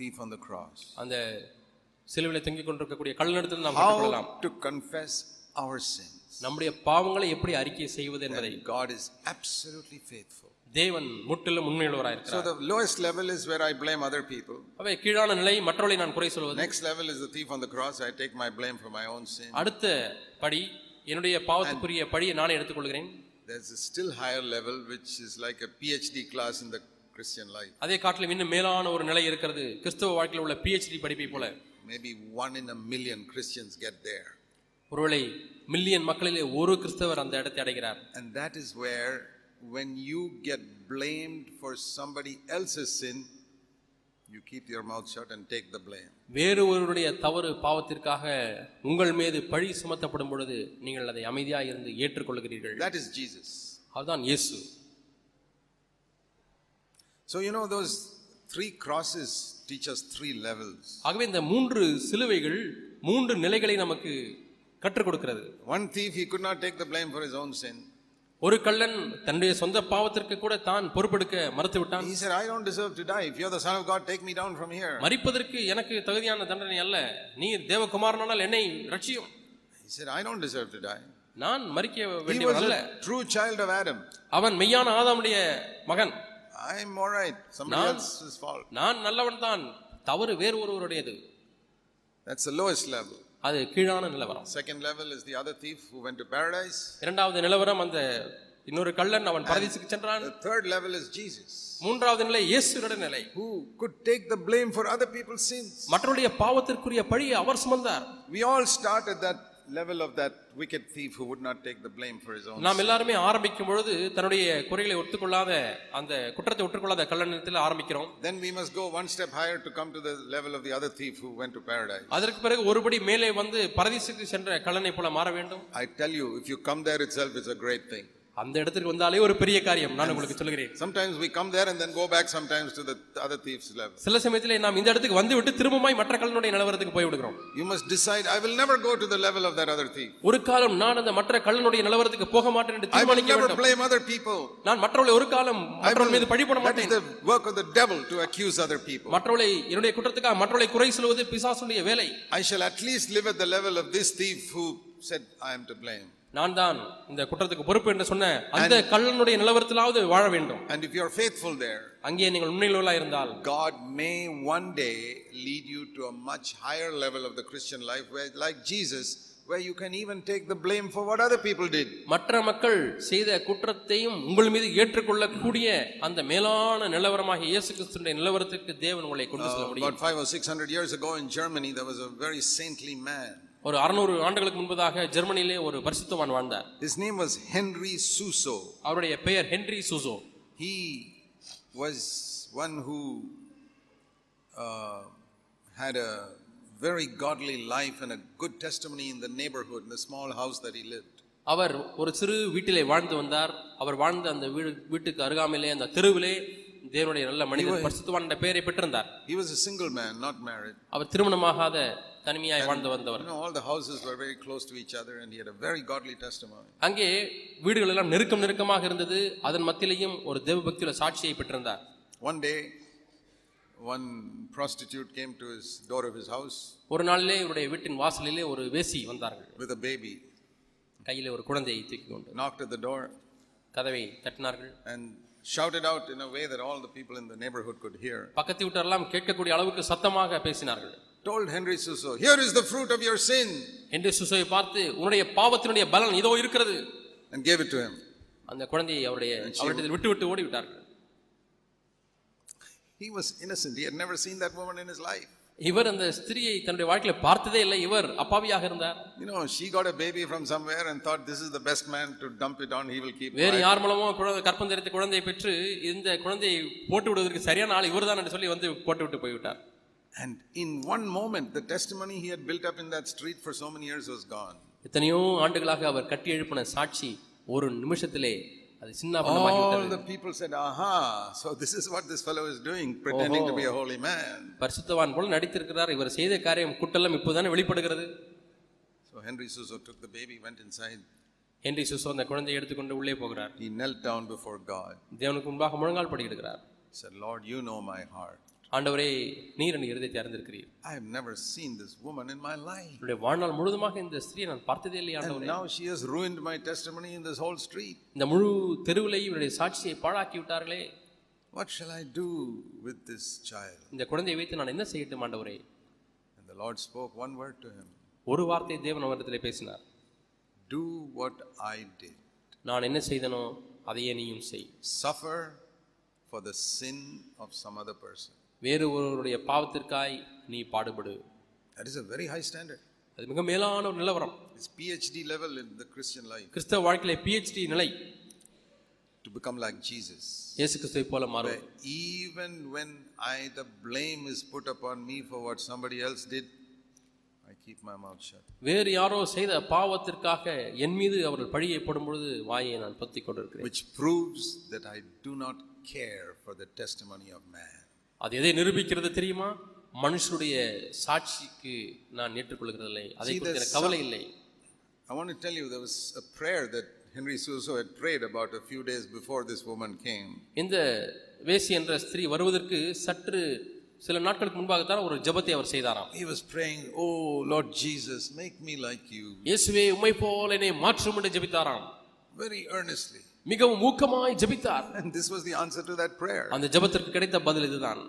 Speaker 1: thief on the cross
Speaker 2: அந்த சிலுவையில் தொங்கிக் கொண்டிருக்கக்கூடிய கள்ளனிடத்தில் நாம் கற்றுக்கொள்ளலாம்
Speaker 1: how to confess our sins.
Speaker 2: நம்முடைய பாவங்களை எப்படி அறிக்கை செய்வது என்பதை
Speaker 1: And God is absolutely faithful.
Speaker 2: தேவன் முற்றிலும்
Speaker 1: So
Speaker 2: உண்மையுள்ளவராயிருக்கிறார்
Speaker 1: the lowest level is where I blame other people.
Speaker 2: அவை கீழான நிலை மற்றவர்களை நான் குறை சொல்வது
Speaker 1: Next level is the thief on the cross. I take my blame for my own sin.
Speaker 2: அடுத்த படி என்னுடைய பாவத்துக்குரிய படியை நானே எடுத்துக்கொள்கிறேன்
Speaker 1: There's a still higher level, which is like a PhD class in the Christian life.
Speaker 2: அதே காட்டிலும் இன்னும் மேலான ஒரு நிலை இருக்கிறது கிறிஸ்தவ வாழ்க்கையில் உள்ள பிஹெச்டி படிப்பை போல
Speaker 1: Maybe one in a million Christians get there.
Speaker 2: ஒருவேளை மில்லியன் மக்களிலே ஒரு கிறிஸ்தவர் அந்த இடத்தை அடைகிறார்
Speaker 1: And that is where, when you get blamed for somebody else's sin, you keep your mouth shut and take the blame.
Speaker 2: வேறு ஒருவருடைய தவறு பாவத்திற்காக உங்கள் மீது பழி சுமத்தப்படும் பொழுது நீங்கள் அதை அமைதியாக இருந்து ஏற்றுக்கொள்கிறீர்கள்
Speaker 1: That is Jesus.
Speaker 2: அதுதான் இயேசு
Speaker 1: So, you know, those three crosses teach us three levels.
Speaker 2: ஆகவே இந்த மூன்று சிலுவைகள் மூன்று நிலைகளை நமக்கு கற்றுக் கொடுக்கிறது
Speaker 1: One thief, he could not take the blame for his own sin.
Speaker 2: ஒரு கள்ளன் தன்னுடைய சொந்த பாவத்திற்கு கூட தான் பொறுப்பெடுக்க மறுத்து விட்டான்
Speaker 1: He said, I don't deserve to die. If you're the Son of God, take me down from here.
Speaker 2: மறிப்பதற்கு எனக்கு தகுதியான தண்டனை அல்ல நீர் தேவகுமாரனால் என்னை ரட்சியும்
Speaker 1: He said, I don't deserve to die.
Speaker 2: நான் மறிக்க
Speaker 1: He
Speaker 2: வேண்டியவன்
Speaker 1: was
Speaker 2: அல்ல
Speaker 1: a true child of Adam.
Speaker 2: அவன் மெய்யான ஆதாமுடைய மகன்
Speaker 1: I'm all right. Somebody
Speaker 2: நான்-
Speaker 1: else's fault.
Speaker 2: நான் நல்லவன் தான் தவறு வேறு ஒருவருடையது
Speaker 1: That's the lowest level.
Speaker 2: அது கீழான நிலவரம்
Speaker 1: Second level is the other thief who went to paradise.
Speaker 2: இரண்டாவது நிலவரம் அந்த இன்னொரு கள்ளன் அவன் பரதேசுக்கு சென்றான்
Speaker 1: The third level is Jesus,
Speaker 2: மூன்றாவது நிலை இயேசுடைய நிலை
Speaker 1: who could take the blame for other people's sins.
Speaker 2: மற்றவருடைய பாவத்திற்குரிய பழியை அவர் சுமந்தார்
Speaker 1: We all start at that level of that wicked thief who would not take the blame for his own
Speaker 2: நாம்
Speaker 1: sin.
Speaker 2: எல்லாருமே ஆரம்பிக்கும் பொழுது தன்னுடைய குறைகளை ஒத்துக்கொள்ளாத அந்த குற்றத்தை ஒற்றுக்கொள்ளாத கள்ளனத்தில் ஆரம்பிக்கிறோம்
Speaker 1: Then we must go one step higher to come to the level of the other thief who went to paradise.
Speaker 2: அதற்கு பிறகு ஒருபடி மேலே வந்து பரதேசுக்கு சென்ற கள்ளனை போல மாற வேண்டும்
Speaker 1: I tell you, if you come there itself, it's a great thing.
Speaker 2: அந்த இடத்திற்கு வந்தாலே ஒரு பெரிய காரியம் நான் உங்களுக்கு சொல்கிறேன்
Speaker 1: Sometimes we come there and then go back sometimes to the other thief's level.
Speaker 2: சில சமயத்திலே நாம் இந்த இடத்துக்கு வந்துவிட்டு திரும்பமாய் மற்ற கல்லனுடைய நிலவரத்துக்கு போய்விடுகிறோம்
Speaker 1: You must decide, I will never go to the level of that other thief.
Speaker 2: ஒரு காலம் நான் அந்த மற்ற கல்லனுடைய நிலவரத்துக்கு போக மாட்டேன்
Speaker 1: I
Speaker 2: என்று
Speaker 1: will
Speaker 2: தீர்மானிக்க
Speaker 1: never
Speaker 2: வேண்டும்
Speaker 1: blame other people.
Speaker 2: நான் மற்றவர்களை ஒரு காலம்
Speaker 1: I will-
Speaker 2: மற்றவர்கள் மீது பழி போட
Speaker 1: That is
Speaker 2: மாட்டேன்
Speaker 1: the work of the devil to accuse other people.
Speaker 2: மற்றவர்களை என்னுடைய குற்றத்துக்காக மற்றவர்களை குறை சொல்வது பிசாசுடைய வேலை
Speaker 1: I shall at least live at the level of this thief who said, I am to blame.
Speaker 2: நான் தான் இந்த குற்றத்துக்கு பொறுப்பு என்று சொன்ன அந்த கள்ளனுடைய நிலவரத்திலாவது வாழ வேண்டும்
Speaker 1: And if you are faithful there,
Speaker 2: அங்கே நீங்கள் உண்மையிலுள்ளா இருந்தால்
Speaker 1: God may one day lead you to a much higher level of the Christian life, where, like Jesus, where you can even take the blame for what other people did.
Speaker 2: மற்ற மக்கள் செய்த குற்றத்தையும் உங்கள் மீது ஏற்றுக்கொள்ளக்கூடிய அந்த மேலான நிலவரமாக இயேசு கிறிஸ்துடைய நிலவரத்துக்கு தேவன் உங்களை கொண்டு செல்ல முடியும்
Speaker 1: Uh, About five or six hundred years ago in Germany, there was a very saintly man.
Speaker 2: ஒரு அறுநூறு ஆண்டுகளுக்கு முன்பதாக ஜெர்மனியிலே ஒரு பரிசுத்தவான் வாழ்ந்தார்
Speaker 1: His name was Henry Suso.
Speaker 2: அவருடைய பெயர் Henry Suso
Speaker 1: He was one who uh, had a very godly life and a good testimony in the neighborhood, in the small house that he lived.
Speaker 2: அவர் ஒரு சிறு வீட்டிலே வாழ்ந்து வந்தார் அவர் வாழ்ந்த அந்த வீடு வீட்டுக்கு அருகாமையிலே அந்த தெருவிலே தேவனுடைய நல்ல மனிதர் பரிசுத்தவான் என்ற பெயரை பெற்றிருந்தார்
Speaker 1: He was a single man, not married.
Speaker 2: அவர் திருமணமாகாத தனிமையாய் வாழ்ந்து வந்தவர்
Speaker 1: You know, all the houses were very close to each other, and he had a very godly testimony.
Speaker 2: அங்கே வீடுகள் எல்லாம் நெருக்கம் நெருக்கமாக இருந்தது அதன் மத்தியிலேயும் ஒரு தேவபக்தியுள்ள சாட்சியை பெற்றிருந்தார்
Speaker 1: One day, one prostitute came to his door of his house
Speaker 2: ஒரு நாளிலே இவருடைய வீட்டின் வாசலிலே ஒரு வேசி வந்தார்கள்
Speaker 1: with a baby,
Speaker 2: கையிலே ஒரு குழந்தையை தூக்கி கொண்டு
Speaker 1: knocked at the door,
Speaker 2: கதவை தட்டினார்கள்
Speaker 1: and shouted out in a way that all the people in the neighborhood could hear.
Speaker 2: பக்கத்து வீட்டாரெல்லாம் கேட்கக்கூடிய அளவுக்கு சத்தமாக பேசினார்கள்
Speaker 1: told Henry Suso, Here is the fruit of your sin,
Speaker 2: என்று சுசோவை பார்த்து உன்னுடைய பாவத்தினுடைய பலன் இதோ இருக்கிறது
Speaker 1: and gave it to him.
Speaker 2: அந்த குழந்தையை அவருடைய அவரிடத்தில் விட்டு விட்டு ஓடி விட்டார்கள்
Speaker 1: He was innocent. He had never seen that woman in his life.
Speaker 2: இவர் அந்த ஸ்திரியை தன்னுடைய வாழ்க்கையில பார்த்ததே இல்லை இவர் அப்பாவியாக இருந்தார்
Speaker 1: You know, she got a baby from somewhere and thought this is the best man to dump it on, he will keep
Speaker 2: வேறு
Speaker 1: quiet."
Speaker 2: யார் மூலமோ குழ- கற்பம் தெரிந்த குழந்தையை பெற்று இந்த குழந்தையை போட்டு விடுவதற்கு சரியான ஆள் இவர்தான் என்று சொல்லி வந்து போட்டு விட்டு போய்விட்டார்
Speaker 1: And in one moment, the testimony he had built up in that street for so many years was gone.
Speaker 2: எத்தனையோ ஆண்டுகளாக அவர் கட்டி எழுப்பின சாட்சி ஒரு நிமிஷத்திலே
Speaker 1: All
Speaker 2: அது
Speaker 1: the
Speaker 2: சின்ன
Speaker 1: people said, Aha, so this is what this fellow is doing, pretending to be a holy man.
Speaker 2: பரிசுத்தவான் போல நடித்திருக்கிறார் இவர் செய்த காரியம் குட்டெல்லாம் இப்போதானே வெளிப்படுகிறது
Speaker 1: So Henry Suso took the baby, went inside.
Speaker 2: Henry Suso அந்த குழந்தையை எடுத்துக்கொண்டு உள்ளே போகிறார்
Speaker 1: He knelt down before God,
Speaker 2: தேவனுக்கு முன்பாக முழங்கால் படிக்கிறார்
Speaker 1: said, Lord, you know my heart.
Speaker 2: ஆண்டவரே நீர் என் இருதயத்தை அறிந்திருக்கிறீர்
Speaker 1: I have never seen this woman in my life.
Speaker 2: என்னுடைய வாழ்நாள் முழுதுமாக இந்த ஸ்திரியை நான் பார்த்ததே இல்லையா
Speaker 1: And
Speaker 2: ஆண்டவரே
Speaker 1: now she has ruined my testimony in this whole street.
Speaker 2: இந்த முழு தெருவிலேயும் இவருடைய சாட்சியை பாழாக்கி விட்டார்களே
Speaker 1: What shall I do with this child?
Speaker 2: இந்த குழந்தையை வைத்து நான் என்ன செய்யட்டும் ஆண்டவரே
Speaker 1: And the Lord spoke one word to him
Speaker 2: ஒரு வார்த்தை தேவன் அவரிடத்திலே பேசினார்
Speaker 1: Do what I did.
Speaker 2: நான் என்ன செய்தனோ அதையே நீயும் செய்
Speaker 1: suffer for the sin of some other person.
Speaker 2: வேறு ஒருவருடைய பாவத்திற்காய் நீ பாடுபடு
Speaker 1: That is a very high standard.
Speaker 2: அது மிக மேலான ஒரு நிலவரம்
Speaker 1: It's PhD level in the Christian life
Speaker 2: கிறிஸ்தவ வாழ்க்கையில பிஹெச்டி நிலை
Speaker 1: to become like Jesus.
Speaker 2: இயேசு கிறிஸ்துவை போல
Speaker 1: Where
Speaker 2: மாறும்
Speaker 1: even when I the blame is put upon me for what somebody else did, I keep my mouth shut.
Speaker 2: வேறு யாரோ செய்த பாவத்திற்காக என் மீது அவர்கள் பழியை போடும் பொழுது வாயை நான் பொத்தி கொண்டிருக்கிறேன்
Speaker 1: Which proves that I do not care for the testimony of man.
Speaker 2: அது எதை நிரூபிக்கிறது தெரியுமா மனுஷருடைய சாட்சிக்கு நான் ஏற்றுக்கொள்கிறதில்லை அதை
Speaker 1: See,
Speaker 2: குறித்து
Speaker 1: there's
Speaker 2: எனக்கு கவலை இல்லை
Speaker 1: I want to tell you there was a prayer that Henry Suso had prayed about a few days before this woman came.
Speaker 2: இந்த வேசி என்ற ஸ்திரீ வருவதற்கு சற்று சில நாட்களுக்கு முன்பாகத்தான் ஒரு ஜெபத்தை அவர் செய்தாராம்
Speaker 1: He was praying, Oh Lord Jesus, make me like you.
Speaker 2: இயேசுவே உம்மை போல என்னை மாற்றும் என்று ஜெபித்தாராம்
Speaker 1: very earnestly.
Speaker 2: மிகவும் ஊக்கமாய் ஜெபித்தார்
Speaker 1: And this was the answer to that prayer.
Speaker 2: அந்த ஜெபத்திற்கு கிடைத்த பதில் இதுதான்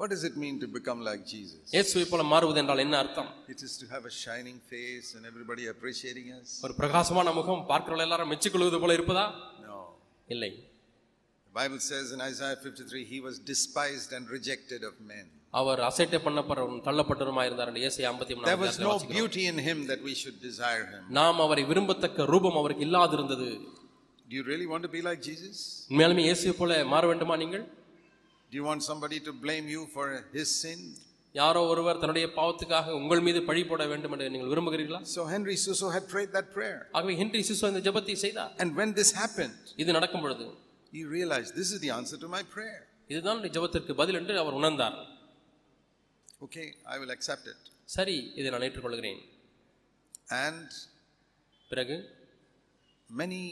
Speaker 1: What does it mean to become like Jesus?
Speaker 2: இயேசுவை போல மாறுவது என்றால் என்ன அர்த்தம்
Speaker 1: It is to have a shining face and everybody appreciating us?
Speaker 2: ஒரு பிரகாசமான முகம் பார்க்கிறவர்கள் எல்லாரும் மெச்சிக்கொள்வது போல இருப்பதா
Speaker 1: No.
Speaker 2: இல்லை
Speaker 1: The Bible says in Isaiah 53 he was despised and rejected of men.
Speaker 2: அவர் அசைட்டை பண்ணப்படவும் தள்ளப்பட்டவருமா இருந்தார் என்று இயேசை ஐம்பத்தி
Speaker 1: There was no
Speaker 2: மூணு
Speaker 1: beauty in him that we should desire him.
Speaker 2: நாம் அவரை விரும்பத்தக்க ரூபம் அவருக்கு இல்லாதிருந்தது
Speaker 1: Do you really want to be like Jesus?
Speaker 2: உண்மையாலுமே இயேசுவை போல மாற வேண்டுமா நீங்கள்
Speaker 1: Do you want somebody to blame you for his sin?
Speaker 2: யாரோ ஒருவர் தன்னுடைய பாவத்துக்காக உங்கள் மீது பழி போட வேண்டும் என்று நீங்கள் விரும்புகிறீர்களா
Speaker 1: So Henry Suso had prayed that prayer.
Speaker 2: ஆகவே ஹென்றி சிசோ இந்த ஜெபத்தை செய்தார்
Speaker 1: And when this happened,
Speaker 2: இது நடக்கும் பொழுது
Speaker 1: he realized this is the answer to my prayer.
Speaker 2: இதுதான் என்னுடைய ஜெபத்திற்கு பதில் என்று அவர் உணர்ந்தார்
Speaker 1: Okay, I will accept it.
Speaker 2: சரி இதை நான் ஏற்றுக்கொள்கிறேன்
Speaker 1: And
Speaker 2: பிறகு
Speaker 1: Many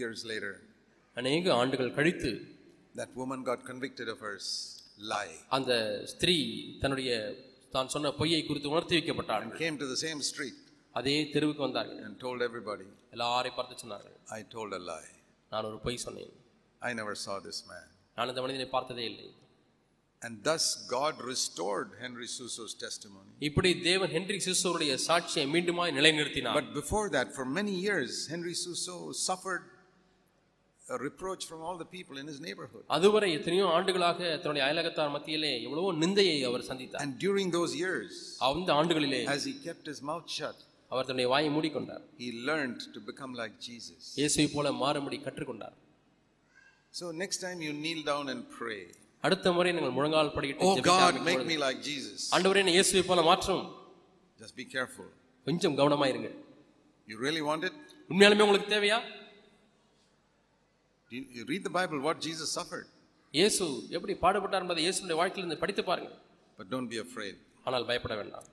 Speaker 1: years later,
Speaker 2: அநேக ஆண்டுகள் கழித்து
Speaker 1: that woman got convicted of her s- lie
Speaker 2: அந்த ஸ்திரீ தன்னுடைய தான் சொன்ன பொய்யை குறித்து உணர்த்தி வைக்கப்பட்டாள்
Speaker 1: and came to the same street
Speaker 2: அதே தெருவுக்கு வந்தார்கள்
Speaker 1: and told everybody,
Speaker 2: எல்லாரையும் பார்த்து சொன்னார்கள்
Speaker 1: I told a lie.
Speaker 2: நான் ஒரு பொய் சொன்னேன்
Speaker 1: I never saw this man.
Speaker 2: நான் இந்த மனிதனை பார்த்ததே இல்லை
Speaker 1: And thus God restored Henry Suso's testimony.
Speaker 2: இப்படி தேவன் ஹென்றி சிசுவருடைய சாட்சியை மீண்டுமாய் நிலைநிறுத்தினார்
Speaker 1: But before that, for many years, Henry Suso suffered a reproach from all the people in his neighborhood.
Speaker 2: அதுவரை எத்தனையோ ஆண்டுகளாக தன்னுடைய அயலகத்தார் மத்தியிலே எவ்வளவோ நிந்தையை அவர் சந்தித்தார்
Speaker 1: And during those years,
Speaker 2: அந்த ஆண்டுகளிலே
Speaker 1: as he kept his mouth shut,
Speaker 2: அவர் தன்னுடைய வாயை மூடிக்கொண்டார்
Speaker 1: he learned to become like Jesus.
Speaker 2: இயேசுவை போல மாறும்படி கற்றுக்கொண்டார்
Speaker 1: So next time you kneel down and pray,
Speaker 2: அடுத்த முறை நீங்கள் முழங்கால் படிக்கிட்டு
Speaker 1: Oh
Speaker 2: ஜெபிக்க
Speaker 1: God,
Speaker 2: ஆரம்பிக்கும்
Speaker 1: make
Speaker 2: பொழுது,
Speaker 1: me like Jesus.
Speaker 2: ஆண்டவரே என்னை இயேசுவை போல மாற்றும்
Speaker 1: Just be careful.
Speaker 2: கொஞ்சம் கவனமாயிருங்க
Speaker 1: You really want it?
Speaker 2: உண்மையாலுமே உங்களுக்கு தேவையா
Speaker 1: Do You you read the Bible, what Jesus suffered.
Speaker 2: இயேசு எப்படி பாடுபட்டார் என்பதை இயேசுடைய வாழ்க்கையிலிருந்து படித்து பாருங்க
Speaker 1: But don't be afraid.
Speaker 2: ஆனால் பயப்பட வேண்டாம்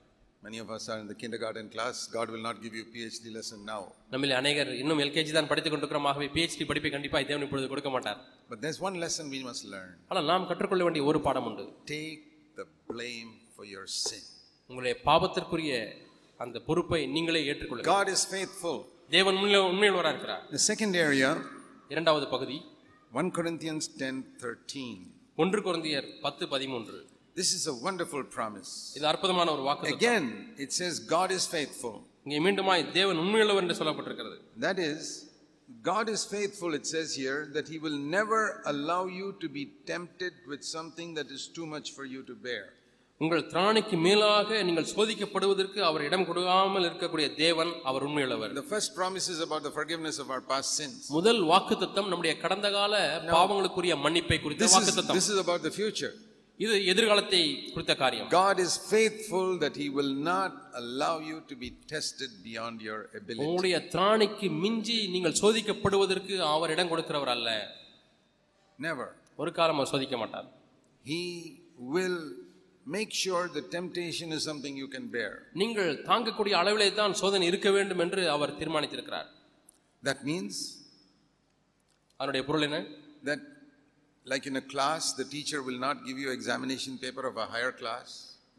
Speaker 1: Many of us are in the kindergarten class. God will not give you PhD lesson now.
Speaker 2: நம்மில் அநேகர் இன்னும் எல்கேஜி தான் படித்துக் கொண்டிருக்கிறோம் ஆகவே பிஹெச்டி படிப்பை கண்டிப்பாக தேவன் இப்பொழுது கொடுக்க மாட்டார்
Speaker 1: But there's one lesson we must learn.
Speaker 2: ஆனால் நாம் கற்றுக்கொள்ள வேண்டிய ஒரு பாடம் உண்டு
Speaker 1: Take the blame for your sin.
Speaker 2: உங்களுடைய பாவத்திற்குரிய அந்த பொறுப்பை நீங்களே ஏற்றுக்கொள்ளுங்க
Speaker 1: God is faithful.
Speaker 2: தேவன் உண்மையில் உண்மையுள்ளவராக இருக்கிறார்
Speaker 1: The second area,
Speaker 2: இரண்டாவது பகுதி
Speaker 1: 1 Corinthians 10:13.
Speaker 2: ஒன்று குருந்தியர் பத்து பதிமூன்று
Speaker 1: This is a wonderful promise.
Speaker 2: இது அற்புதமான ஒரு வாக்கு
Speaker 1: Again, it says God is faithful.
Speaker 2: இங்கே மீண்டுமாய் தேவன் உண்மையுள்ளவர் என்று சொல்லப்பட்டிருக்கிறது
Speaker 1: That is, God is faithful, it says here, that He will never allow you to be tempted with something that is too much for you to bear.
Speaker 2: உங்கள் திராணிக்கு மேலாக நீங்கள் சோதிக்கப்படுவதற்கு அவர் இடம் கொடுக்காமல் இருக்கக்கூடிய தேவன் அவர் உண்மையுள்ளவர்
Speaker 1: The first promise is about the forgiveness of our past sins.
Speaker 2: முதல் வாக்குத்தத்தம் நம்முடைய கடந்த கால பாவங்களுக்குரிய மன்னிப்பை குறித்த
Speaker 1: This is,
Speaker 2: வாக்குத்தத்தம்
Speaker 1: this is about the future.
Speaker 2: இது எதிர்காலத்தை குறித்த காரியம்
Speaker 1: God is faithful that He will not allow you to be tested beyond your ability.
Speaker 2: உங்களுடைய திராணிக்கு மிஞ்சி நீங்கள் சோதிக்கப்படுவதற்கு அவர் இடம் கொடுக்கிறவர் அல்ல
Speaker 1: Never.
Speaker 2: ஒரு காலம் அவர் சோதிக்க மாட்டார்
Speaker 1: He will make sure the temptation is something you can bear.
Speaker 2: நீங்கள் தாங்கக்கூடிய அளவிலே தான் சோதனை இருக்க வேண்டும் என்று அவர் தீர்மானித்திருக்கிறார்
Speaker 1: That means
Speaker 2: அவருடைய பொருள் என்ன
Speaker 1: that, like in a class, the teacher will not give you examination paper of a higher class.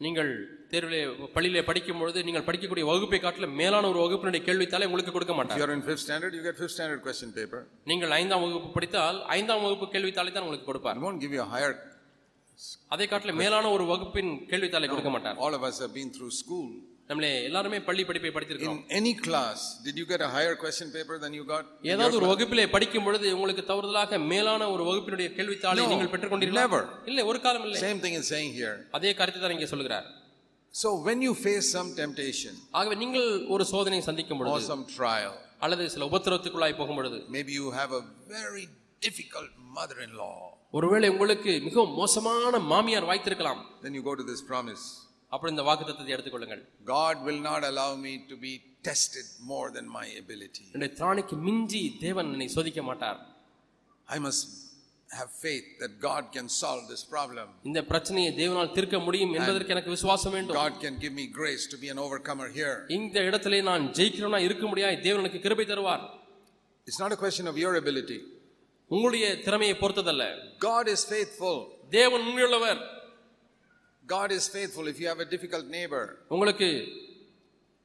Speaker 2: நீங்கள் தேர்விலே பள்ளியிலே படிக்கும் பொழுது நீங்கள் படிக்கக்கூடிய வகுப்பை காட்டிலும் மேலான ஒரு வகுப்பினுடைய கேள்வித்தாலே உங்களுக்கு கொடுக்க
Speaker 1: If
Speaker 2: மாட்டார்
Speaker 1: you're in fifth standard, you get fifth standard question paper.
Speaker 2: நீங்கள் ஐந்தாம் வகுப்பு படித்தால் ஐந்தாம் வகுப்பு கேள்வித்தாளை தான் உங்களுக்கு
Speaker 1: I
Speaker 2: கொடுப்பார்
Speaker 1: won't give you a higher.
Speaker 2: அதை காட்டிலும் மேலான ஒரு வகுப்பின் கேள்வித்தாளை கொடுக்க மாட்டார்
Speaker 1: All of us have been through school.
Speaker 2: நம்மளே எல்லாருமே பள்ளி படிப்பை படித்திருக்கோம்
Speaker 1: In any class, did you get a higher question paper than you got? in your
Speaker 2: ஏதாவது ஒரு வகுப்பிலே படிக்கும் பொழுது உங்களுக்கு தவறுதலாக மேலான ஒரு வகுப்பினுடைய கேள்வித்தாளை
Speaker 1: No,
Speaker 2: நீங்கள் பெற்றுக்கொண்டீர்களா
Speaker 1: never.
Speaker 2: இல்லை ஒரு காலம் இல்லை
Speaker 1: Same thing is saying here.
Speaker 2: அதே கருத்தை தான் இங்கே சொல்கிறார்
Speaker 1: So when you face some temptation
Speaker 2: ஆகவே நீங்கள் ஒரு சோதனை சந்திக்கும்
Speaker 1: or
Speaker 2: பொழுது
Speaker 1: some trial,
Speaker 2: அல்லது சில உபத்திரத்துக்குள்ளாய் போகும் பொழுது
Speaker 1: maybe you have a very difficult mother-in-law,
Speaker 2: ஒருவேளை உங்களுக்கு மிகவும் மோசமான மாமியார் வாய்த்திருக்கலாம்
Speaker 1: then you go to this promise.
Speaker 2: அப்படி இந்த வாக்கு தத்துவத்தை எடுத்துக்கொள்ளுங்கள்
Speaker 1: God will not allow me to be tested more than my ability.
Speaker 2: என்னுடைய திராணிக்கு மிஞ்சி தேவன் என்னை சோதிக்க மாட்டார்
Speaker 1: I must have faith that God can solve this problem.
Speaker 2: இந்த பிரச்சனையை தேவனால் தீர்க்க முடியும் என்பதற்கு எனக்கு விசுவாசம் வேண்டும்
Speaker 1: God can give me grace to be an overcomer here.
Speaker 2: இந்த இடத்திலே நான் ஜெயிக்கிறவனா இருக்க முடியாது தேவன் எனக்கு கிருபை தருவார்
Speaker 1: It's not a question of your ability.
Speaker 2: உங்களுடைய திறமையை பொறுத்ததல்ல
Speaker 1: God is faithful.
Speaker 2: தேவன் உண்மையுள்ளவர்
Speaker 1: God is faithful if you have a difficult neighbor.
Speaker 2: உங்களுக்கு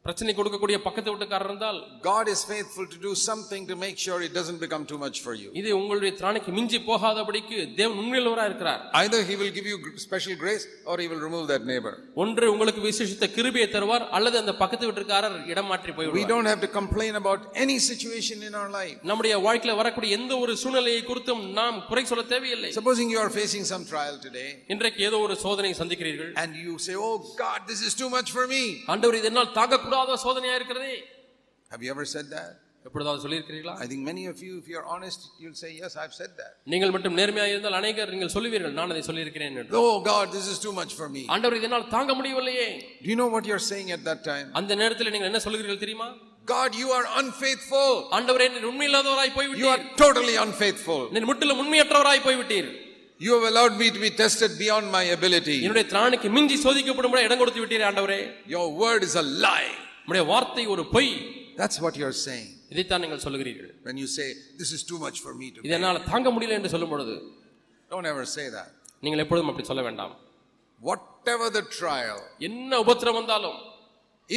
Speaker 2: பிரச்சனை கொடுக்கக்கூடிய பக்கத்து வீட்டுக்காரர் இருந்தால்
Speaker 1: God is faithful to do something to make sure it doesn't become too much for you.
Speaker 2: இது உங்களுடைய திராணிக்கு மிஞ்சி போகாதபடிக்கு தேவன் உண்மையுள்ளவராக இருக்கிறார்
Speaker 1: Either He will give you gr- special grace or He will remove that neighbor.
Speaker 2: ஒன்று உங்களுக்கு விசேஷித்த கிருபையை தருவார் அல்லது அந்த பக்கத்து வீட்டுக்காரர் இடம் மாற்றி
Speaker 1: We
Speaker 2: போய்விடுவார்
Speaker 1: don't have to complain about any situation in our life.
Speaker 2: நம்முடைய வாழ்க்கையில வரக்கூடிய எந்த ஒரு சூழ்நிலையை குறித்தும் நாம் குறை சொல்ல தேவையில்லை
Speaker 1: Supposing you are facing some trial today
Speaker 2: இன்றைக்கு ஏதோ ஒரு சோதனை சந்திக்கிறீர்கள்
Speaker 1: and you say, Oh God, this is too much for me.
Speaker 2: ஆண்டவர் இது என்னால் தாங்கக்கூடாத சோதனையா இருக்கிறதே
Speaker 1: Have you ever said that?
Speaker 2: எப்பொழுதாவது சொல்லியிருக்கிறீர்களா
Speaker 1: I think many of you, if you're honest, you'll say, Yes, I've said that.
Speaker 2: நீங்கள் மட்டும் நேர்மையாக இருந்தால் அநேகர் நீங்கள் சொல்லுவீர்கள் நான் அதை சொல்லியிருக்கிறேன் என்று
Speaker 1: Oh God, this is too much for me.
Speaker 2: ஆண்டவர் இது என்னால் தாங்க முடியவில்லையே
Speaker 1: Do you know what you're saying at that time?
Speaker 2: அந்த நேரத்தில் நீங்கள் என்ன சொல்லுகிறீர்கள் தெரியுமா
Speaker 1: God, you are unfaithful.
Speaker 2: ஆண்டவரே நீர் உண்மையில்லாதவராய்
Speaker 1: You
Speaker 2: போய்விட்டீர்
Speaker 1: are totally unfaithful.
Speaker 2: நீர் முற்றிலும் உண்மையற்றவராய் போய்விட்டீர்
Speaker 1: You have allowed me to be tested beyond my ability.
Speaker 2: என்னுடைய திராணிக்கு மிஞ்சி சோதிக்கப்படும்படி இடம் கொடுத்து விட்டீர் ஆண்டவரே
Speaker 1: Your word is a lie.
Speaker 2: நம்முடைய வார்த்தை ஒரு பொய்
Speaker 1: That's what you're saying
Speaker 2: இதைத்தான் நீங்கள் சொல்லுகிறீர்கள்
Speaker 1: when you say, This is too much for me to
Speaker 2: இது என்னால் தாங்க முடியல என்று சொல்லும் பொழுது
Speaker 1: Don't ever say that.
Speaker 2: நீங்கள் எப்பொழுதும் அப்படி சொல்ல வேண்டாம்
Speaker 1: Whatever the trial,
Speaker 2: என்ன உபத்திரம் வந்தாலும்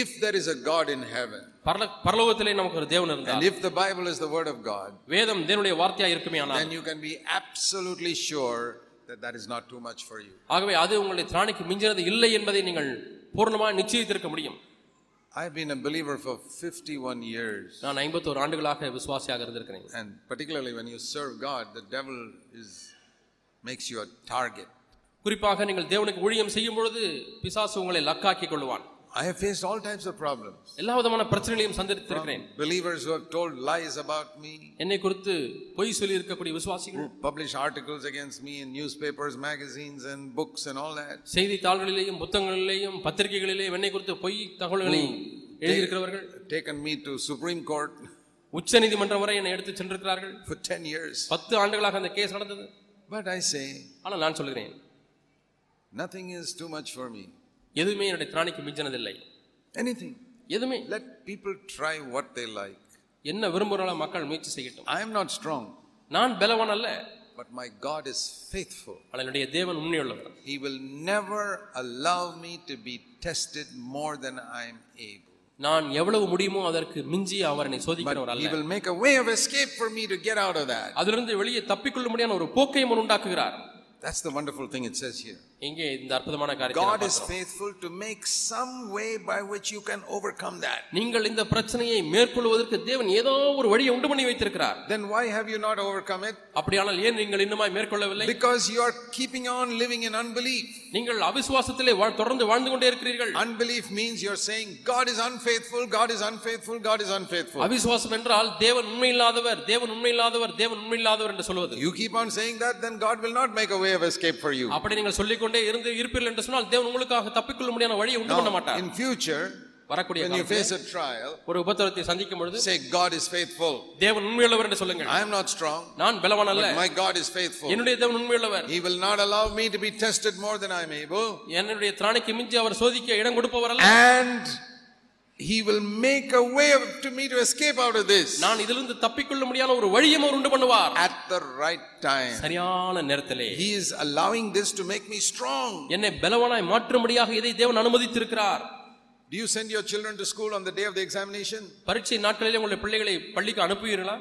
Speaker 1: if there is a God in heaven,
Speaker 2: பரல பரலோகத்திலே நமக்கு ஒரு தேவன்
Speaker 1: and
Speaker 2: இருந்தார்
Speaker 1: if the Bible is the word of God,
Speaker 2: வேதம் தேவனுடைய வார்த்தையா இருக்குமே ஆனால்
Speaker 1: then you can be absolutely sure that that is not too much for you.
Speaker 2: ஆகவே அது உங்களுடைய திராணிக்கு மிஞ்சினது இல்லை என்பதை நீங்கள் பூர்ணமாக நிச்சயித்திருக்க முடியும்
Speaker 1: I've been a believer for 51 years.
Speaker 2: நான் ஐம்பத்தோரு ஆண்டுகளாக விசுவாசியாக இருந்திருக்கிறேன்
Speaker 1: And particularly when you serve God, the devil is, makes you a target.
Speaker 2: குறிப்பாக நீங்கள் தேவனுக்கு ஊழியம் செய்யும் பொழுது பிசாசு உங்களை லக்காக்கி கொள்வான்
Speaker 1: I have faced all types of problems.
Speaker 2: எல்லா விதமான பிரச்சனைகளையும் சந்தித்திருக்கிறேன்
Speaker 1: Believers who have told lies about me,
Speaker 2: என்னை குறித்து பொய் சொல்லி இருக்கக்கூடிய விசுவாசிகள்
Speaker 1: who publish articles against me in newspapers, magazines, and books and all that.
Speaker 2: செய்தித்தாள்களிலேயும் புத்தகங்களிலேயும் பத்திரிகைகளிலேயும் என்னை குறித்து பொய் தகவல்களை எழுதியிருக்கிறவர்கள்
Speaker 1: Taken me to Supreme Court
Speaker 2: உச்சநீதிமன்றம் வரை என்னை எடுத்து சென்றிருக்கிறார்கள்
Speaker 1: for 10 years.
Speaker 2: பத்து ஆண்டுகளாக அந்த கேஸ் நடந்தது
Speaker 1: But I say,
Speaker 2: ஆனால் நான் சொல்கிறேன்
Speaker 1: nothing is too much for me.
Speaker 2: எதுவுமே என்னுடைய திராணிக்கு மிஞ்சினதில்லை
Speaker 1: Anything.
Speaker 2: எதுவுமே
Speaker 1: Let people try what they like.
Speaker 2: என்ன விரும்புகிறாலும் மக்கள் முயற்சி செய்யட்டும்
Speaker 1: I am not strong,
Speaker 2: நான் பலவான் அல்ல
Speaker 1: but my God is faithful.
Speaker 2: ஆனால் என்னுடைய தேவன் உண்மையுள்ளவர்
Speaker 1: He will never allow me to be tested more than I am able.
Speaker 2: நான் எவ்வளவு முடியுமோ அதற்கு மிஞ்சி அவர் என்னை சோதிக்கிறவர்
Speaker 1: But He
Speaker 2: அல்ல
Speaker 1: will make a way of escape for me to get out of that.
Speaker 2: அதிலிருந்து வெளியே தப்பிக்கொள்ளும்படியான ஒரு போக்கையும் அவர் உண்டாக்குகிறார்
Speaker 1: That's the wonderful thing it says here.
Speaker 2: இங்கே இந்த அற்புதமான காரியத்தை நாம்
Speaker 1: God is
Speaker 2: பார்க்கிறோம்.
Speaker 1: faithful to make some way by which you can overcome that.
Speaker 2: நீங்கள் இந்த பிரச்சனையை மேற்கொள்வதற்கு தேவன் ஏதோ ஒரு வழியை உண்டு பண்ணி வைத்திருக்கிறார்
Speaker 1: Then why have you not overcome it?
Speaker 2: அப்படியானால் ஏன் நீங்கள் இன்னுமாய் மேற்கொள்ளவில்லை
Speaker 1: Because you are keeping on living in unbelief.
Speaker 2: நீங்கள் அவிசுவாசத்திலே வாழ்- தொடர்ந்து வாழ்ந்து கொண்டே இருக்கிறீர்கள்
Speaker 1: Unbelief means you're saying, God is unfaithful, God is unfaithful, God is unfaithful.
Speaker 2: அவிசுவாசம் என்றால் தேவன் உண்மையில்லாதவர் தேவன் உண்மையில்லாதவர் தேவன் உண்மையில்லாதவர் என்று சொல்வது
Speaker 1: You keep on saying that, then God will not make a way of escape for you.
Speaker 2: அப்படி நீங்கள் சொல்லிக்கொண்டே இருந்து இருப்பீர்கள் என்று சொன்னால் தேவன் உங்களுக்காக தப்பிக்கொள்ள முடியாத வழியை உண்டு பண்ண
Speaker 1: Now,
Speaker 2: மாட்டார்
Speaker 1: in future,
Speaker 2: வரக்கூடிய
Speaker 1: when you
Speaker 2: காலத்திலே
Speaker 1: face a trial,
Speaker 2: ஒரு உபத்திரத்தை சந்திக்கும் பொழுது
Speaker 1: say, God is faithful.
Speaker 2: தேவன் உண்மையுள்ளவர் என்று சொல்லுங்கள்
Speaker 1: I am not strong,
Speaker 2: நான் பலவான் அல்ல
Speaker 1: but my God is faithful.
Speaker 2: என்னுடைய தேவன் உண்மையுள்ளவர்
Speaker 1: He will not allow me to be tested more than I am able.
Speaker 2: என்னுடைய திராணிக்கு மிஞ்சி அவர் சோதிக்க இடம் கொடுப்பவர் அல்ல
Speaker 1: and he will make a way of- to me to escape out of this
Speaker 2: நான் இதிலிருந்து தப்பிக்கொள்ள முடியாத ஒரு வழியும் அவர் உண்டு பண்ணுவார்
Speaker 1: at the right time
Speaker 2: சரியான நேரத்திலே
Speaker 1: he is allowing this to make me strong
Speaker 2: என்னை பலவானாய் மாற்றும்படியாக இதை தேவன் அனுமதித்திருக்கிறார்
Speaker 1: do you send your children to school on the day of the examination
Speaker 2: பரீட்சை நாட்களிலே உங்களுடைய பிள்ளைகளை பள்ளிக்கு அனுப்புவீர்களா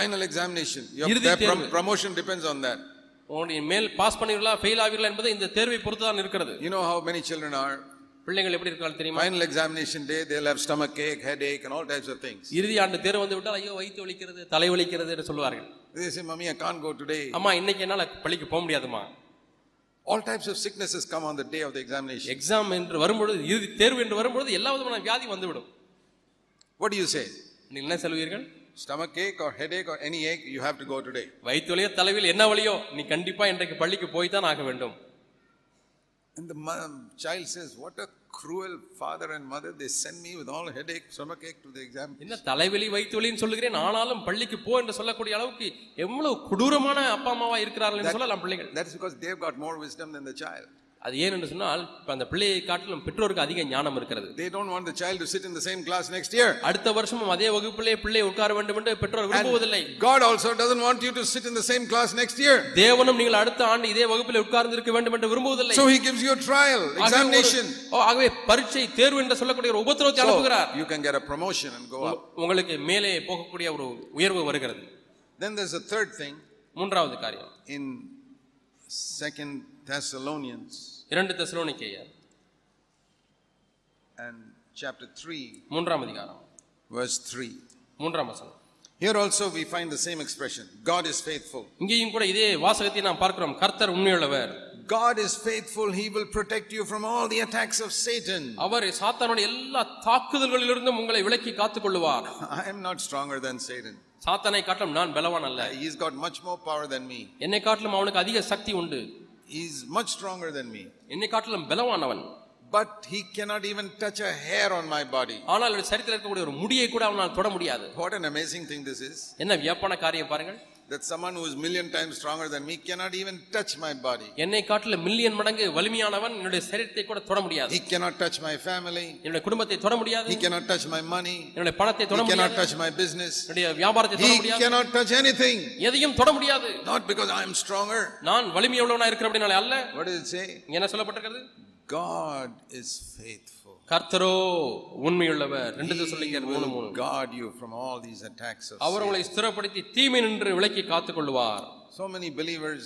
Speaker 1: final examination your
Speaker 2: இறுதி
Speaker 1: their prom-
Speaker 2: தேர்வு.
Speaker 1: promotion depends on that
Speaker 2: உங்களுடைய மேல் பாஸ் பண்ணுவீர்களா ஃபெயில் ஆவீர்களா என்பது இந்த தேர்வை பொறுத்து தான் இருக்கிறது
Speaker 1: you know how many children are
Speaker 2: பிள்ளைகள் எப்படி இருக்காங்க தெரியுமா
Speaker 1: final examination day they'll have stomach ache headache and all types of things
Speaker 2: இறுதி ஆண்டு தேர்வு வந்து விட்டால் ஐயோ வயிற்று வலிக்கிறது தலை வலிக்கிறது என்று சொல்வார்கள்
Speaker 1: they say mommy i can't go today
Speaker 2: அம்மா இன்னைக்கு என்னால பள்ளிக்கு போக முடியாதுமா
Speaker 1: all types of sicknesses come on the day of the examination
Speaker 2: exam என்று வரும்பொழுது இறுதி தேர்வு என்று வரும்பொழுது எல்லா விதமான வியாதி வந்துவிடும்
Speaker 1: what do you say
Speaker 2: நீங்கள் என்ன சொல்வீர்கள்
Speaker 1: stomach ache or headache or any ache you have to go today
Speaker 2: வயிற்று வலியோ தலைவில் என்ன வலியோ நீ கண்டிப்பா இன்றைக்கு பள்ளிக்கு போய் தான் ஆக வேண்டும்
Speaker 1: And the mo- child says, What a cruel father and mother. They send me with all headache, stomach ache to the exam.
Speaker 2: என்ன தலைவலி வயிற்று வலின்னு சொல்லுகிறேன் ஆனாலும் பள்liக்கு போ என்று சொல்லக்கூடிய அளவுக்கு எவ்வளவு கொடூரமான அப்பா அம்மாவா இருக்கிறார்கள் என்று சொல்ல நம் பிள்ளைகள்
Speaker 1: That's because they've got more wisdom than the child.
Speaker 2: அது ஏன் என்று சொன்னால் இப்ப அந்த பிள்ளையை காட்டிலும் பெற்றோருக்கு அதிக ஞானம் இருக்கிறது
Speaker 1: They don't want the child to sit in the same class next year.
Speaker 2: அடுத்த வருஷமும் அதே வகுப்பிலே பிள்ளை உட்கார வேண்டும் என்று பெற்றோர் விரும்புவதில்லை
Speaker 1: God also doesn't want you to sit in the same class next year.
Speaker 2: தேவனும் நீங்கள் அடுத்த ஆண்டு இதே வகுப்பில் உட்கார்ந்து இருக்க வேண்டும் என்று விரும்புவதில்லை
Speaker 1: So He gives you a trial,
Speaker 2: ஆகவே ஒரு-
Speaker 1: examination.
Speaker 2: ஓ, ஆகவே பரீட்சை தேர்வு என்று சொல்லக்கூடிய ஒரு உபத்திரவத்தை அனுப்புகிறார்
Speaker 1: You can get a promotion and go up.
Speaker 2: உங்களுக்கு மேலே போகக்கூடிய ஒரு உயர்வு வருகிறது
Speaker 1: Then there's a third thing
Speaker 2: மூன்றாவது காரியம்
Speaker 1: in Second Thessalonians
Speaker 2: இரண்டு தெசலோனிக்கேயர்
Speaker 1: and chapter 3,
Speaker 2: மூன்றாம் அதிகாரம்
Speaker 1: verse 3.
Speaker 2: மூன்றாம் வசனம்
Speaker 1: Here also we find the same expression God is faithful.
Speaker 2: இங்கேயும் கூட இதே வாசகத்தை நாம் பார்க்கிறோம் கர்த்தர் உண்மையுள்ளவர்
Speaker 1: God is faithful. He will protect you from all the attacks of Satan.
Speaker 2: அவர் சாத்தானுடைய எல்லா தாக்குதல்களிலிருந்தும் உங்களை விலக்கி காத்துக் கொள்ளுவார்
Speaker 1: I am not stronger than Satan.
Speaker 2: சாத்தானை காட்டிலும் நான் பலவான் அல்ல
Speaker 1: He's got much more power than me.
Speaker 2: என்னை காட்டிலும் அவனுக்கு அதிக சக்தி உண்டு
Speaker 1: He's much stronger than me.
Speaker 2: என்னை காட்டிலும் பலவான் அவன்
Speaker 1: But he cannot even touch a hair on my body.
Speaker 2: ஆனால் அவருடைய சரித்தில இருக்கக்கூடிய ஒரு முடியை கூட அவனால் தொட முடியாது
Speaker 1: What an amazing thing this is
Speaker 2: என்ன வியப்பான காரியம் பாருங்கள்
Speaker 1: that someone who is million times stronger than me cannot even touch my body.
Speaker 2: என்னை காட்டிலும் மில்லியன் மடங்கு வலிமையானவன் என்னுடைய சரீரத்தை கூட தொட முடியாது
Speaker 1: He cannot touch my family.
Speaker 2: என்னுடைய குடும்பத்தை தொட முடியாது
Speaker 1: He cannot touch my money.
Speaker 2: என்னுடைய பணத்தை தொட
Speaker 1: He cannot
Speaker 2: முடியாது
Speaker 1: touch my business.
Speaker 2: என்னுடைய வியாபாரத்தை தொட
Speaker 1: He
Speaker 2: முடியாது
Speaker 1: cannot touch anything.
Speaker 2: எதையும் தொட முடியாது
Speaker 1: Not because I'm stronger.
Speaker 2: நான் வலிமையுள்ளவனா இருக்கிற அப்படினால அல்ல
Speaker 1: What does it say?
Speaker 2: இங்க என்ன சொல்லப்பட்டிருக்கிறது
Speaker 1: God is faithful.
Speaker 2: கர்த்தரோ உண்மையுள்ளவர் ரெண்டு
Speaker 1: He
Speaker 2: தடவை சொல்லிங்க மூணு மூணு
Speaker 1: will guard you from all these attacks of
Speaker 2: அவர் உங்களை ஸ்திரப்படுத்தி தீமை நின்று விலக்கி காத்துக் கொள்வார்
Speaker 1: sin. So many believers,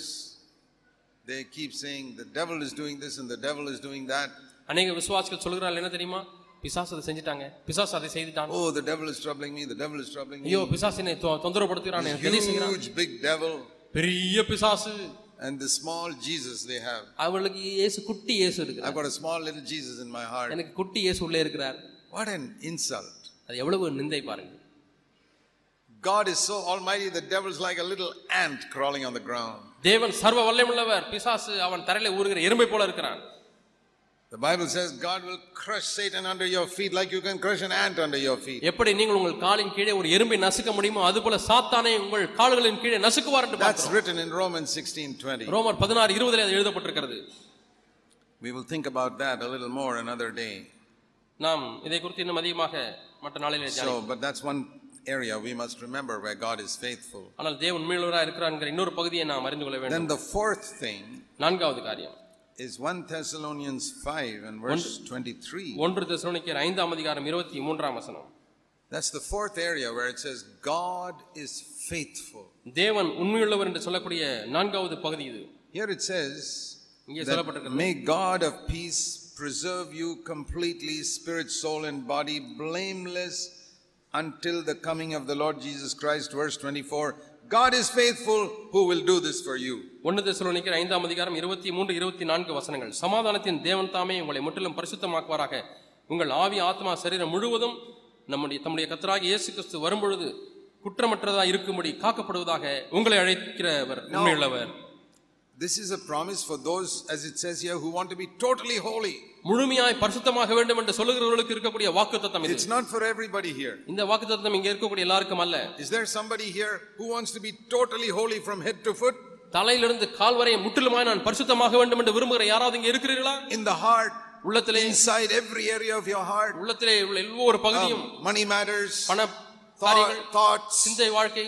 Speaker 1: they keep saying, the devil is doing this and the devil is doing that.
Speaker 2: அநேக விசுவாசிகள் சொல்கிறார்கள் என்ன தெரியுமா பிசாசு அதை செஞ்சுட்டாங்க பிசாசு அதை செய்துட்டான்
Speaker 1: Oh, the devil is troubling me, the devil is troubling me.
Speaker 2: ஐயோ பிசாசு என்னை தொ- தொந்தரவுபடுத்துகிறான் என்னை கலி செய்கிறான்
Speaker 1: Huge, big devil.
Speaker 2: பெரிய பிசாசு
Speaker 1: And the small Jesus they have.
Speaker 2: அவளுக்கு இயேசு குட்டி இயேசு
Speaker 1: I've
Speaker 2: இருக்கிறார்
Speaker 1: got a small little Jesus in my heart.
Speaker 2: எனக்கு குட்டி இயேசு உள்ளே இருக்கிறார்
Speaker 1: What an insult.
Speaker 2: அது எவ்வளவு நிந்தை பாருங்க
Speaker 1: God is so almighty, the devil's like a little ant crawling on the ground.
Speaker 2: தேவன் சர்வ வல்லமுள்ளவர் பிசாசு அவன் தரையில ஊறுகிற எறும்பை போல இருக்கிறான்
Speaker 1: The Bible says God will crush Satan under your feet like you can crush an ant under your feet.
Speaker 2: எப்படி நீங்கள் உங்கள் காலின் கீழே ஒரு எறும்பை நசுக்க முடியுமோ அதுபோல சாத்தானை உங்கள் கால்களின் கீழே நசுக்குவார் என்று
Speaker 1: That's
Speaker 2: பார்க்கிறோம்.
Speaker 1: written in Romans 16:20.
Speaker 2: ரோமர் பதினாறு இருபதுல அது எழுதப்பட்டிருக்கிறது
Speaker 1: We will think about that a little more another day.
Speaker 2: நாம் இதை குறித்து இன்னும் அதிகமாக மற்ற நாளிலே தியானிப்போம்.
Speaker 1: So, but that's one area we must remember where God is faithful.
Speaker 2: ஆனால் தேவன் உண்மையுள்ளவராக இருக்கிறார் என்கிற இன்னொரு பகுதியை நாம் அறிந்து கொள்ள வேண்டும்
Speaker 1: Then the fourth thing
Speaker 2: நான்காவது காரியம்
Speaker 1: is 1 Thessalonians 5 and verse 23.
Speaker 2: ஒன்று தெசலோனிக்கேயர் ஐந்தாம் அதிகாரம் இருபத்தி மூன்றாம் வசனம்
Speaker 1: That's the fourth area where it says God is faithful.
Speaker 2: தேவன் உண்மையுள்ளவர் என்று சொல்லக்கூடிய நான்காவது பகுதி இது
Speaker 1: Here it says
Speaker 2: இங்கே
Speaker 1: that
Speaker 2: சொல்லப்பட்டிருக்கிறது
Speaker 1: may God of peace preserve you completely, spirit, soul, and body, blameless until the coming of the Lord Jesus Christ. Verse 24 God is faithful, who will do this for you.
Speaker 2: ஒன்று தெசலோனிக்கர் ஐந்தாம் அதிகாரம் இருபத்தி மூன்று இருபத்தி நான்கு வசனங்கள் சமாதானத்தின் தேவன் தாமே உங்களை முற்றிலும் பரிசுத்தமாக்குவாராக உங்கள் ஆவி ஆத்மா சரீரம் முழுவதும் நம்முடைய தம்முடைய கர்த்தராகிய இயேசு கிறிஸ்து வரும்பொழுது குற்றமற்றதாக இருக்கும்படி காக்கப்படுவதாக உங்களை அழைக்கிறவர் உண்மையுள்ளவர்
Speaker 1: This is a promise for those, as it says here, who want to be totally holy.
Speaker 2: முழுமையாய் பரிசுத்தமாக வேண்டும் என்று சொல்லுகிறவர்களுக்கு இருக்கக்கூடிய வாக்குத்தத்தம் இது
Speaker 1: It's not for everybody here.
Speaker 2: இந்த வாக்குத்தத்தம் இங்கே இருக்கக்கூடிய எல்லாருக்கும் அல்ல
Speaker 1: Is there somebody here who wants to be totally holy from head to foot?
Speaker 2: தலையிலிருந்து கால் வரை முற்றிலுமாய் நான் பரிசுத்தமாக வேண்டும் என்று விரும்புகிற யாராவது இங்கே இருக்கிறீர்களா
Speaker 1: In the heart,
Speaker 2: உள்ளத்திலே
Speaker 1: inside every area of your heart,
Speaker 2: உள்ளத்திலே உள்ள ஒவ்வொரு பகுதியும்
Speaker 1: um, money matters,
Speaker 2: பண
Speaker 1: thought,
Speaker 2: காரியங்கள்
Speaker 1: thoughts,
Speaker 2: சிந்தை வாழ்க்கை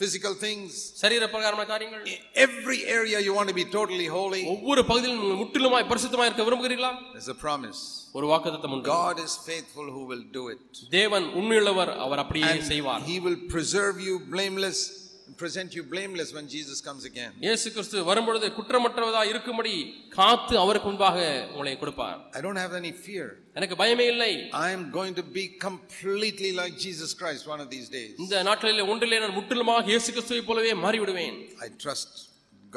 Speaker 1: physical things.
Speaker 2: சரீர பிரகாரமான காரியங்கள்
Speaker 1: Every area you want to be totally holy.
Speaker 2: ஒவ்வொரு பகுதியிலும் நீங்கள் முற்றிலுமாய் பரிசுத்தமாய் இருக்க விரும்புகிறீர்களா
Speaker 1: There's a promise.
Speaker 2: ஒரு வாக்குத்தத்தம் உண்டு
Speaker 1: God is faithful who will do it.
Speaker 2: தேவன் உண்மையுள்ளவர் அவர் அப்படியே செய்வார்
Speaker 1: He will preserve you blameless and present you blameless when Jesus comes again.
Speaker 2: இயேசு கிறிஸ்து வரும்பொழுது குற்றமற்றவதா இருக்கும்படி காத்து அவருக்கு முன்பாக உங்களை கொடுப்பார்
Speaker 1: I don't have any fear.
Speaker 2: எனக்கு பயமே இல்லை
Speaker 1: I am going to be completely like Jesus Christ one of these days.
Speaker 2: இந்த நாட்களிலே ஒன்றிலே நான் முற்றிலுமாக இயேசு கிறிஸ்துவை போலவே மாறிவிடுவேன்
Speaker 1: I trust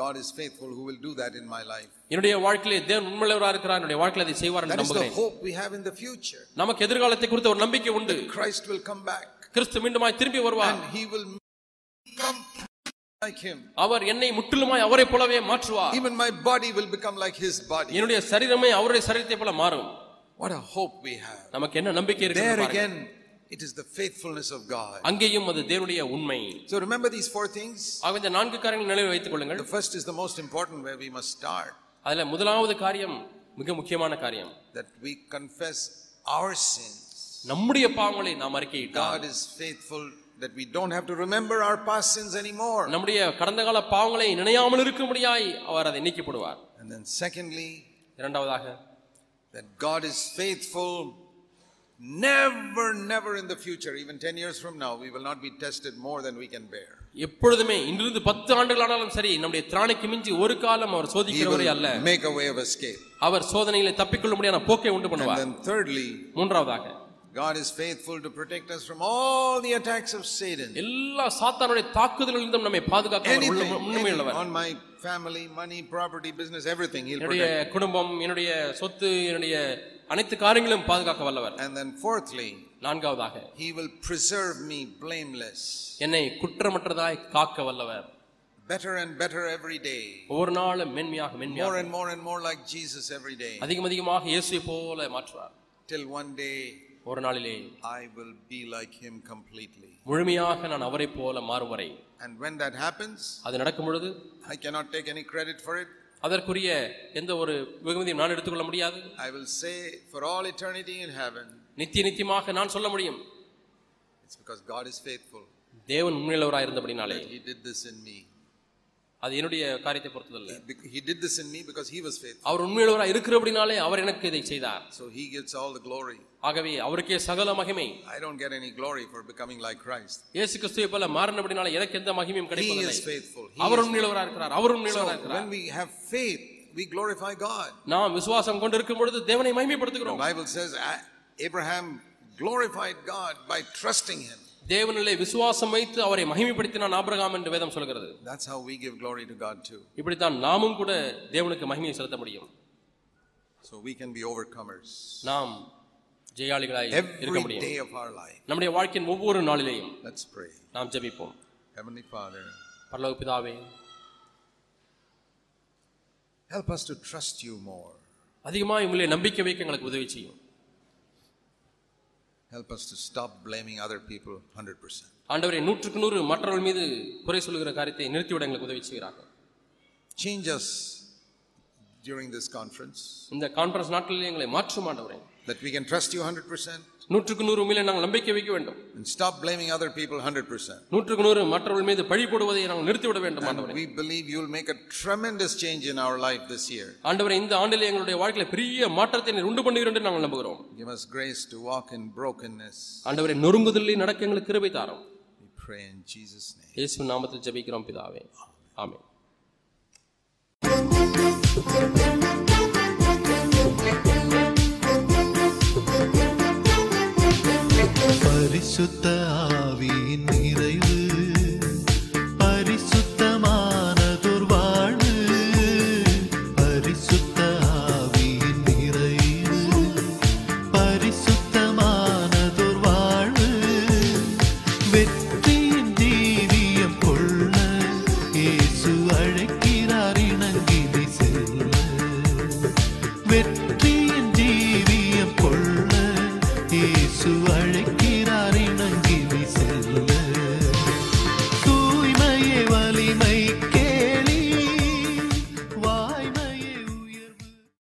Speaker 1: God is faithful who will do that in my life.
Speaker 2: என்னுடைய வாழ்க்கையிலே தேவன் உண்மையுள்ளவராக இருக்கிறார் என்னுடைய வாழ்க்கையில் அதை செய்வார்
Speaker 1: That
Speaker 2: என்று
Speaker 1: is the
Speaker 2: நம்புகிறேன்
Speaker 1: hope we have in the future.
Speaker 2: நமக்கு எதிர்காலத்தை குறித்த ஒரு நம்பிக்கை உண்டு
Speaker 1: Christ will come back
Speaker 2: கிறிஸ்து மீண்டுமாய் திரும்பி வருவார்
Speaker 1: and he will make me completely like him.
Speaker 2: அவர் என்னை முற்றிலுமாய் அவரை போலவே மாற்றுவார்
Speaker 1: Even my body will become like his body.
Speaker 2: என்னுடைய சரீரமே அவருடைய சரீரத்தை போல மாறும்
Speaker 1: What a hope we have.
Speaker 2: நமக்கு என்ன நம்பிக்கை
Speaker 1: There
Speaker 2: இருக்கு
Speaker 1: again, it is the faithfulness of God.
Speaker 2: அங்கேயும் அது தேவனுடைய உண்மை
Speaker 1: So remember these four things.
Speaker 2: ஆக இந்த நான்கு காரியங்கள் நினைவில் வைத்துக் கொள்ளுங்கள்
Speaker 1: The first is the most important where we must start
Speaker 2: அதுல முதலாவது காரியம் மிக முக்கியமான காரியம்
Speaker 1: that we confess our sins.
Speaker 2: நம்முடைய பாவங்களை நாம் அறிக்கையிட்டால்
Speaker 1: God is faithful that we don't have to remember our past sins anymore.
Speaker 2: நம்முடைய கடந்த கால பாவங்களை நினையாமல் இருக்கும்படியாய் அவர் அதை நீக்கிப்படுவார்
Speaker 1: And then, secondly,
Speaker 2: இரண்டாவதாக
Speaker 1: that God is faithful. Never, never in the future, even 10 years from now, we will not be tested more than we can bear.
Speaker 2: எப்பொழுதுமே இன்றிருந்து பத்து ஆண்டுகள் ஆனாலும் சரி நம்முடைய திராணிக்கு மிஞ்சி ஒரு காலம் அவர்
Speaker 1: He
Speaker 2: சோதிக்கிறவரே அல்ல
Speaker 1: will make a way of escape.
Speaker 2: அவர் சோதனைகளை தப்பிக்கொள்ள முடியாத போக்கை உண்டு
Speaker 1: And
Speaker 2: பண்ணுவார்
Speaker 1: then, thirdly,
Speaker 2: மூன்றாவதாக
Speaker 1: God is faithful to protect us from all the attacks of Satan.
Speaker 2: எல்லா சாத்தானுடைய தாக்குதலிலிருந்தும் நம்மை பாதுகாக்க அவர்
Speaker 1: Anything,
Speaker 2: உள்ள- உண்மை
Speaker 1: anything
Speaker 2: உள்ளவர்
Speaker 1: on my family, money, property, business, everything he'll
Speaker 2: என்னுடைய
Speaker 1: protect.
Speaker 2: குடும்பம் என்னுடைய சொத்து என்னுடைய அனைத்து காரியங்களும் பாதுகாக்க வல்லவர்
Speaker 1: And then fourthly,
Speaker 2: நான்காவதாக
Speaker 1: he will preserve me blameless.
Speaker 2: என்னை குற்றமற்றதாய் காக்க வல்லவர்
Speaker 1: Better and better every day.
Speaker 2: ஒவ்வொரு நாளும் மென்மையாக
Speaker 1: More
Speaker 2: மென்மையாக
Speaker 1: and more and more like Jesus every day.
Speaker 2: அதிகம் அதிகமாக இயேசுவை போல மாற்றுவார்
Speaker 1: Till one day
Speaker 2: ஒரு நாளிலே
Speaker 1: I will be like him completely.
Speaker 2: முழுமையாக நான் அவரை போல மாறுவரை
Speaker 1: And when that happens,
Speaker 2: அது நடக்கும் பொழுது
Speaker 1: I cannot take any credit for it.
Speaker 2: அதற்குரிய எந்த ஒரு வெகுமதியும் நான் எடுத்துக்கொள்ள முடியாது
Speaker 1: I will say for all eternity in heaven,
Speaker 2: நித்திய நித்தியமாக நான் சொல்ல முடியும்
Speaker 1: it's because God is faithful.
Speaker 2: தேவன் உண்மையுள்ளவராக இருந்தபடினாலே
Speaker 1: He did this in me.
Speaker 2: அது என்னுடைய காரியத்தை பொறுத்ததல்ல
Speaker 1: He did this in me because he was faithful.
Speaker 2: அவர் உண்மையுள்ளவராக இருக்கிறபடினாலே அவர் எனக்கு இதை செய்தார்
Speaker 1: So he gets all the glory.
Speaker 2: ஆகவே அவருக்கே சகல மகிமை
Speaker 1: I don't get any glory for becoming like Christ.
Speaker 2: இயேசு கிறிஸ்துவை போல மாறினபடினால எனக்கு எந்த மகிமையும்
Speaker 1: He
Speaker 2: கிடைப்பதில்லை
Speaker 1: is faithful. He
Speaker 2: our
Speaker 1: is-
Speaker 2: உண்மையுள்ளவராக இருக்கிறார் அவர்
Speaker 1: So
Speaker 2: உண்மையுள்ளவராக இருக்கிறார்
Speaker 1: when we have faith, we glorify God.
Speaker 2: நாம் விசுவாசம் கொண்டு இருக்கும் பொழுது தேவனை
Speaker 1: The
Speaker 2: மகிமைப்படுத்துகிறோம்
Speaker 1: Bible says "A- Abraham glorified God by trusting him.
Speaker 2: தேவனிலே விசுவாசம் வைத்து அவரை மகிமைப்படுத்தினான் ஆபிரகாம் என்று வேதம் சொல்கிறது
Speaker 1: That's how we give glory to God too.
Speaker 2: இப்படித்தான் நாமும் கூட தேவனுக்கு மகிமையை செலுத்த முடியும்
Speaker 1: So we can be overcomers
Speaker 2: நாம் ஜெயாளிகளாய் இருக்க
Speaker 1: every
Speaker 2: முடியும்
Speaker 1: day of our life.
Speaker 2: நம்முடைய வாழ்க்கையின் ஒவ்வொரு நாளிலேயும்
Speaker 1: Let's pray.
Speaker 2: நாம் ஜெபிப்போம்
Speaker 1: Heavenly Father,
Speaker 2: பரலோக பிதாவே
Speaker 1: help us to trust you more.
Speaker 2: அதிகமாக உங்களை நம்பிக்கை வைக்க எங்களுக்கு உதவி செய்யும்
Speaker 1: Help us to stop blaming other people 100%.
Speaker 2: ஆண்டவரை நூற்றுக்கு நூறு மற்றவர்கள் மீது குறை சொல்லுகிற காரியத்தை நிறுத்திவிட எங்களுக்கு உதவி செய்கிறார்கள்
Speaker 1: Change us during this conference
Speaker 2: இந்த கான்ஃபரன்ஸ் நாட்களில் எங்களை மாற்றும் ஆண்டவரே
Speaker 1: that we can trust you 100%.
Speaker 2: நூற்றுக்கு நூறு உண்மையிலே நாங்கள் நம்பிக்கை வைக்க வேண்டும்
Speaker 1: and stop blaming other people 100%.
Speaker 2: நூற்றுக்கு நூறு மற்றவர்கள் மீது பழி போடுவதை நாங்கள் நிறுத்திவிட வேண்டும் ஆண்டவரே
Speaker 1: We believe you'll make a tremendous change in our life this year.
Speaker 2: ஆண்டவரே இந்த ஆண்டில் எங்களுடைய வாழ்க்கையில பெரிய மாற்றத்தை நீர் உண்டு பண்ணுவீர் என்று நாங்கள் நம்புகிறோம்
Speaker 1: Give us grace to walk in brokenness.
Speaker 2: ஆண்டவரை நொறுங்குதலில் நடக்க எங்களுக்கு கிருபை தாரும்
Speaker 1: We pray in Jesus' name.
Speaker 2: இயேசு நாமத்தில் ஜெபிக்கிறோம் பிதாவே ஆமென்
Speaker 3: பரிசுத்த ஆவியின் நிறை